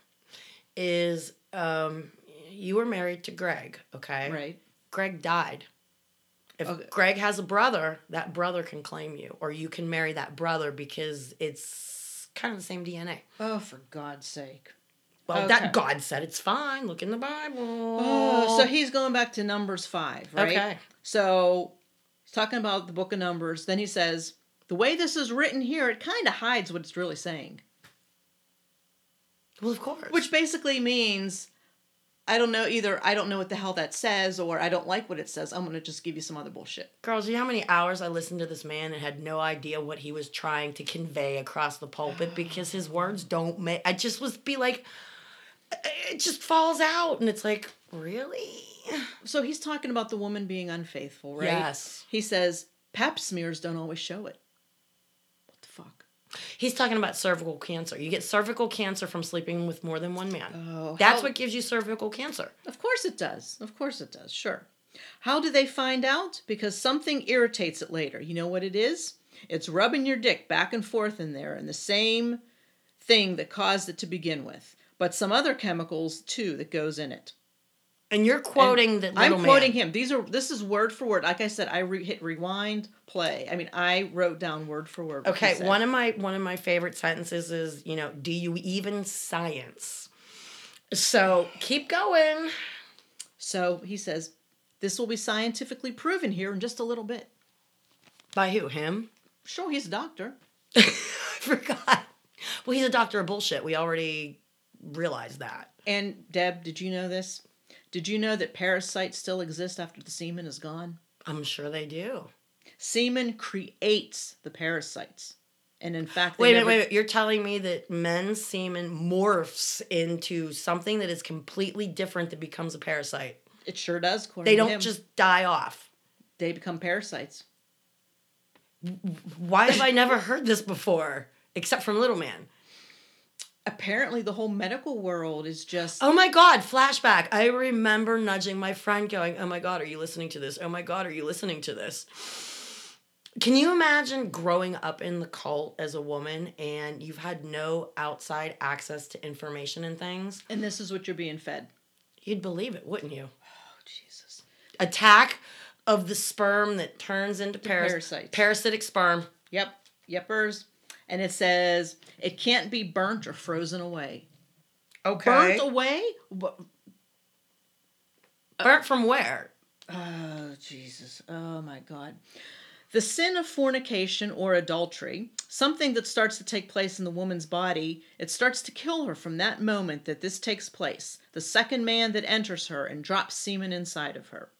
A: is um, you were married to Greg, okay?
B: Right.
A: Greg died. If
B: Okay.
A: Greg has a brother, that brother can claim you, or you can marry that brother because it's kind of the same DNA.
B: Oh, for God's sake.
A: Well,
B: Okay.
A: that God said it's fine. Look in the Bible.
B: Oh, so he's going back to Numbers 5, right?
A: Okay.
B: So he's talking about the book of Numbers. Then he says, the way this is written here, it kind of hides what it's really saying,
A: well, of course.
B: which basically means I don't know either. I don't know what the hell that says, or I don't like what it says. I'm going to just give you some other bullshit.
A: Girls, you know how many hours I listened to this man and had no idea what he was trying to convey across the pulpit because his words don't make. I just was be like, it just falls out, and it's like, really?
B: So he's talking about the woman being unfaithful, right?
A: Yes.
B: He says, pap smears don't always show it. What the fuck?
A: He's talking about cervical cancer. You get cervical cancer from sleeping with more than one man.
B: Oh,
A: That's
B: how-
A: what gives you cervical cancer.
B: Of course it does. Of course it does. Sure. How do they find out? Because something irritates it later. You know what it is? It's rubbing your dick back and forth in there and the same thing that caused it to begin with, but some other chemicals too that goes in it.
A: And you're quoting that. Little
B: I'm quoting
A: man.
B: him. These are this is word for word. Like I said, I re- hit rewind, play. I mean, I wrote down word for word. what he
A: Okay,
B: said.
A: one of my one of my favorite sentences is, you know, do you even science? So keep going.
B: So he says, "This will be scientifically proven here in just a little bit."
A: By who? Him?
B: Sure, he's a doctor.
A: I forgot. Well, he's a doctor of bullshit. We already realized that.
B: And Deb, did you know this? Did you know that parasites still exist after the semen is gone?
A: I'm sure they do.
B: Semen creates the parasites. And in fact, they
A: Wait a minute,
B: never-
A: wait a minute. You're telling me that men's semen morphs into something that is completely different that becomes a parasite.
B: it sure does. according
A: They
B: to
A: don't
B: him.
A: just die off.
B: they become parasites.
A: Why have I never heard this before? Except from Little Man.
B: Apparently, the whole medical world is just
A: Oh my God, flashback. I remember nudging my friend going, Oh my God, are you listening to this? Oh my God, are you listening to this? Can you imagine growing up in the cult as a woman and you've had no outside access to information and things?
B: and this is what you're being fed.
A: You'd believe it, wouldn't you?
B: Oh Jesus!
A: Attack of the sperm that turns into paras-
B: parasites.
A: parasitic sperm.
B: Yep, yepers. And it says it can't be burnt or frozen away. Burnt away? Wha-
A: Burnt from where?
B: Oh, Jesus. Oh, my God. The sin of fornication or adultery, something that starts to take place in the woman's body, it starts to kill her from that moment that this takes place, the second man that enters her and drops semen inside of her.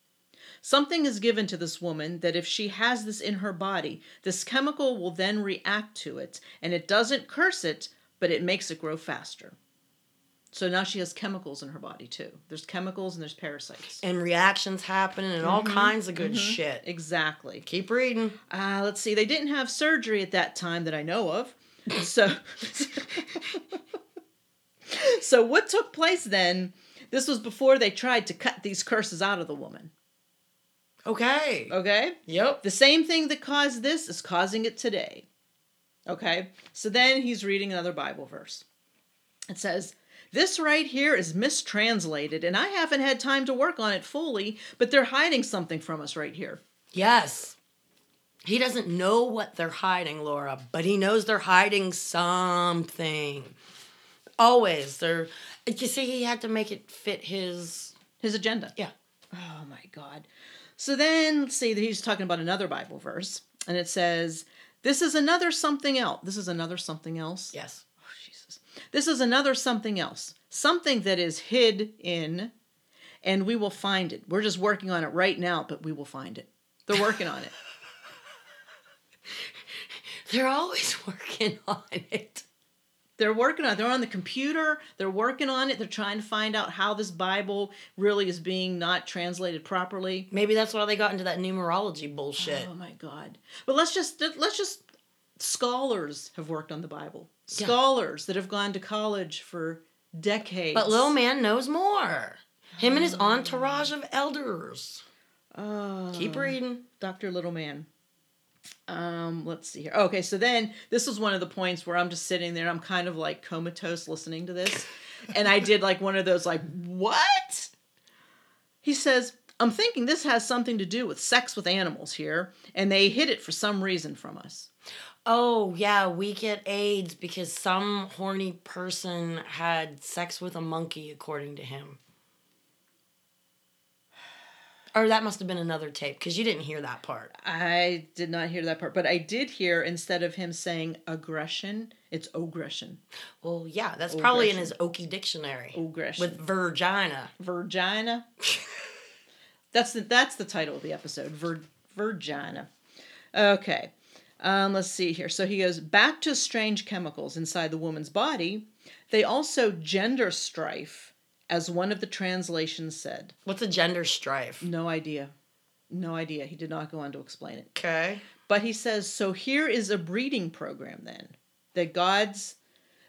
B: Something is given to this woman that if she has this in her body, this chemical will then react to it, and it doesn't curse it, but it makes it grow faster. So now she has chemicals in her body too. There's chemicals and there's parasites.
A: And reactions happening and all kinds of good shit.
B: Exactly.
A: Keep reading.
B: Uh, let's see. They didn't have surgery at that time that I know of. So, so what took place then? This was before they tried to cut these curses out of the woman.
A: Okay.
B: Okay.
A: Yep.
B: The same thing that caused this is causing it today. Okay. So then he's reading another Bible verse. It says, This right here is mistranslated, and I haven't had time to work on it fully, but they're hiding something from us right here.
A: Yes. He doesn't know what they're hiding, Laura, but he knows they're hiding something. Always. They're you see, he had to make it fit his
B: His agenda.
A: Yeah.
B: Oh my God. So then, let's see, he's talking about another Bible verse, and it says, This is another something else. This is another something else.
A: Yes.
B: Oh, Jesus. This is another something else. Something that is hid in, and we will find it. We're just working on it right now, but we will find it. They're working on it.
A: They're always working on it.
B: They're working on it. They're on the computer. They're working on it. They're trying to find out how this Bible really is being not translated properly.
A: Maybe that's why they got into that numerology bullshit.
B: Oh my god! But let's just let's just scholars have worked on the Bible.
A: Yeah.
B: Scholars that have gone to college for decades.
A: But little man knows more. Him and his entourage of elders.
B: Oh.
A: Keep reading.
B: Dr. Little Man. Um, let's see here. Okay, so then this was one of the points where I'm just sitting there. I'm kind of like comatose listening to this, and I did like one of those like what? He says, "I'm thinking this has something to do with sex with animals here, and they hid it for some reason from us."
A: Oh, yeah, we get AIDS because some horny person had sex with a monkey, according to him. Or that must have been another tape because you didn't hear that part.
B: I did not hear that part, but I did hear instead of him saying aggression, it's ogression.
A: Well, yeah, that's probably in his Okie dictionary
B: Ogression.
A: with virgina.
B: Virginia. that's the that's the title of the episode. Vir, Virginia. Okay. Um, let's see here. So he goes back to strange chemicals inside the woman's body. They also gender strife, as one of the translations said.
A: What's a gender strife?
B: No idea. No idea. He did not go on to explain it.
A: Okay.
B: But he says, so here is a breeding program then that gods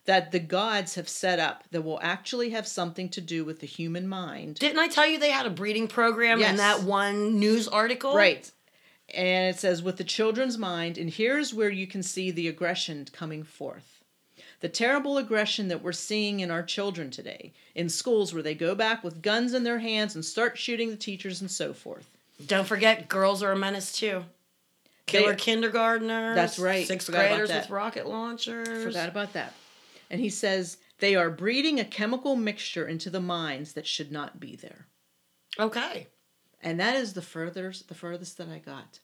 B: that the gods have set up that will actually have something to do with the human mind.
A: Didn't I tell you they had a breeding program in
B: Yes.
A: that one news article?
B: Right. And it says with the children's mind and here's where you can see the aggression coming forth. The terrible aggression that we're seeing in our children today in schools where they go back with guns in their hands and start shooting the teachers and so forth.
A: Don't forget, girls are a menace too. Killer
B: They-
A: kindergartners.
B: That's right.
A: Sixth
B: Forgot about
A: graders
B: that.
A: with rocket launchers.
B: Forgot about that. And he says they are breeding a chemical mixture into the minds that should not be there.
A: Okay.
B: And that is the furthest the furthest that I got.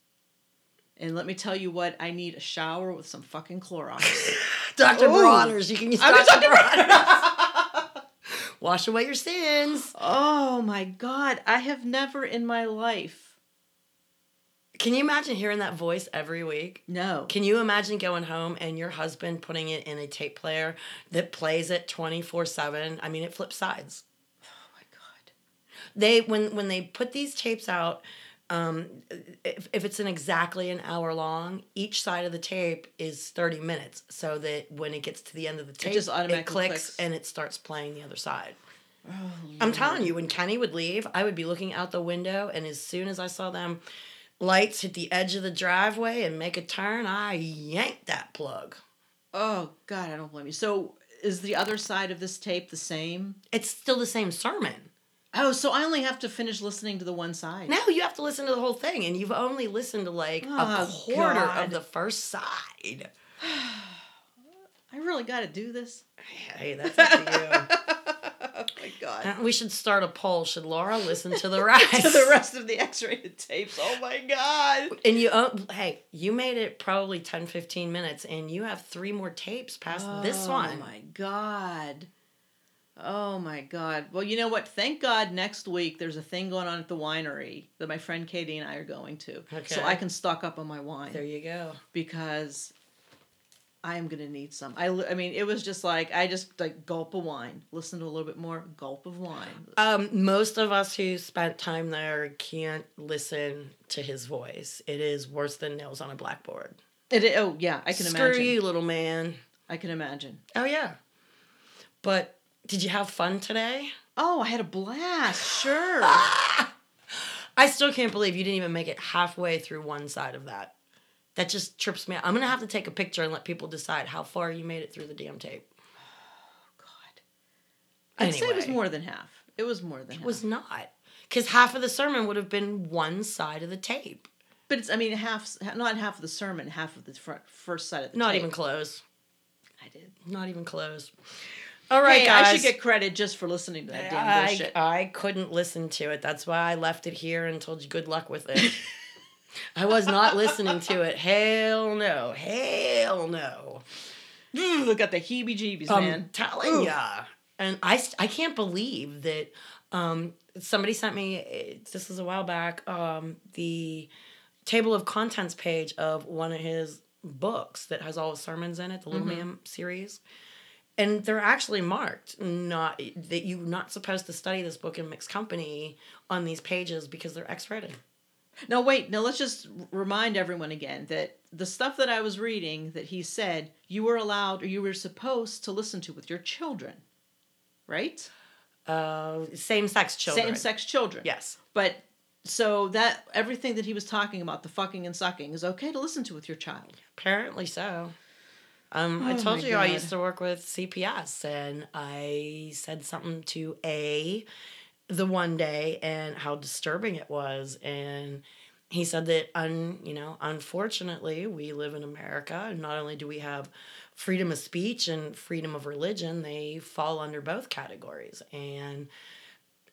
B: And let me tell you what, I need a shower with some fucking Clorox.
A: Dr.
B: Ooh.
A: Bronner's. You can use
B: I'm
A: Dr.
B: Dr.
A: Bronner's. Wash away your sins.
B: Oh my God. I have never in my life.
A: Can you imagine hearing that voice every week?
B: No.
A: Can you imagine going home and your husband putting it in a tape player that plays it 24/7? I mean, it flips sides.
B: Oh my God.
A: They when when they put these tapes out um, if, if it's an exactly an hour long, each side of the tape is 30 minutes so that when it gets to the end of the tape,
B: just automatically
A: clicks,
B: clicks. Oh,
A: and it starts playing the other side. I'm telling you, when Kenny would leave, I would be looking out the window, and as soon as I saw them lights hit the edge of the driveway and make a turn, I yanked that plug.
B: Oh God. I don't blame you. So is the other side of this tape the same?
A: It's still the same sermon.
B: Oh, so I only have to finish listening to the one side.
A: Now you have to listen to the whole thing, and you've only listened to like a
B: Oh,
A: quarter
B: God.
A: of the first side.
B: I really got to do this.
A: Hey, that's up to you.
B: Oh my God.
A: Uh, We should start a poll. Should Laura listen to the rest?
B: to the rest of the x-rated tapes oh my god
A: And you, oh, hey, you made it probably 10, 15 minutes, and you have three more tapes past this
B: oh
A: one.
B: my god oh my god well you know what thank god next week there's a thing going on at the winery that my friend katie and i are going to
A: Okay.
B: so i can stock up on my wine
A: There you go.
B: because i am going to need some I, li- I mean it was just like i just like gulp of wine listen to a little bit more gulp of wine
A: Um, most of us who spent time there can't listen to his voice. It is worse than nails on a blackboard.
B: it, oh yeah i can
A: Screw
B: imagine
A: you, little man.
B: i can imagine
A: Oh, yeah. But did you have fun today?
B: oh i had a blast sure
A: Ah! I still can't believe you didn't even make it halfway through one side of that. That just trips me out. I'm gonna have to take a picture and let people decide how far you made it through the damn tape.
B: God. I'd say it was
A: Anyway.
B: more than half. It was more than
A: It
B: half.
A: was not. Because half of the sermon would have been one side of the tape.
B: but it's I mean half not half of the sermon, half of the front, first side of the
A: Not
B: tape.
A: even close.
B: I did.
A: Not even close. All
B: Right,
A: right, guys.
B: I should get credit just for listening to that damn
A: I,
B: bullshit.
A: I couldn't listen to it. That's why I left it here and told you good luck with it. I was not listening to it. Hell no. Hell no.
B: Ooh, Look at the heebie-jeebies,
A: I'm
B: man.
A: telling
B: Ooh.
A: ya. Um, And I, st- I can't believe that um, somebody sent me, it- this was a while back, um, the table of contents page of one of his books that has all his sermons in it, the Little
B: Mm-hmm.
A: Man series. And they're actually marked not that you're not supposed to study this book in mixed company on these pages because they're X rated.
B: No, wait. Now let's just r- remind everyone again that the stuff that I was reading that he said you were allowed or you were supposed to listen to with your children, right?
A: Uh, same sex children.
B: Same-sex children.
A: Yes.
B: But so that everything that he was talking about, the fucking and sucking, is okay to listen to with your child.
A: Apparently so. Um, I
B: Oh
A: told
B: my
A: you I
B: God.
A: used to work with CPS, and I said something to A the one day and how disturbing it was, and he said that un you know unfortunately we live in America, and not only do we have freedom of speech and freedom of religion, they fall under both categories, and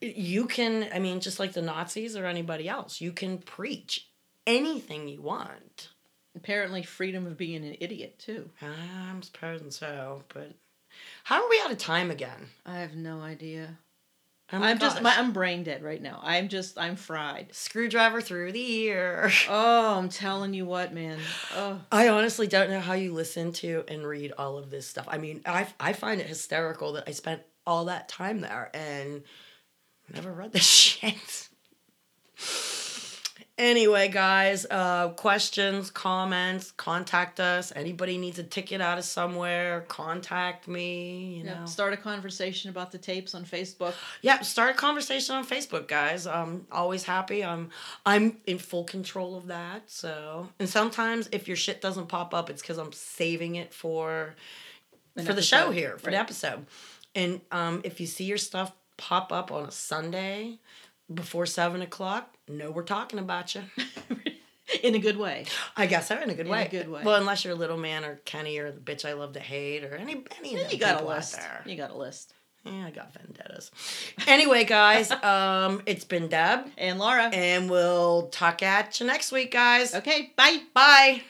A: you can I mean just like the Nazis or anybody else, you can preach anything you want.
B: Apparently, freedom of being an idiot too.
A: I'm supposing so, but how are we out of time again?
B: I have no idea.
A: Oh
B: I'm just
A: gosh.
B: my, I'm brain dead right now. I'm just I'm fried.
A: screwdriver through the ear.
B: Oh, I'm telling you what, man. Oh,
A: I honestly don't know how you listen to and read all of this stuff. I mean, I I find it hysterical that I spent all that time there and never read this shit. Anyway, guys, uh, questions, comments, contact us. Anybody needs a ticket out of somewhere, contact me. You
B: yeah.
A: know,
B: Start a conversation about the tapes on Facebook.
A: yeah start a conversation on facebook guys i'm always happy i'm i'm in full control of that so and sometimes if your shit doesn't pop up it's because i'm saving it for
B: An
A: for the
B: episode,
A: show here for the
B: right.
A: episode and um if you see your stuff pop up on a sunday before seven o'clock know we're talking about you
B: In a good way.
A: i guess so in a good
B: In a
A: way
B: good way.
A: well unless you're a little man or kenny or the bitch i love to hate or any any of them
B: You got a
A: people out
B: list.
A: there.
B: You got a list.
A: yeah Eh, i got vendettas anyway guys um it's been deb
B: And Laura.
A: and we'll talk at you next week, guys.
B: okay. Bye.
A: Bye.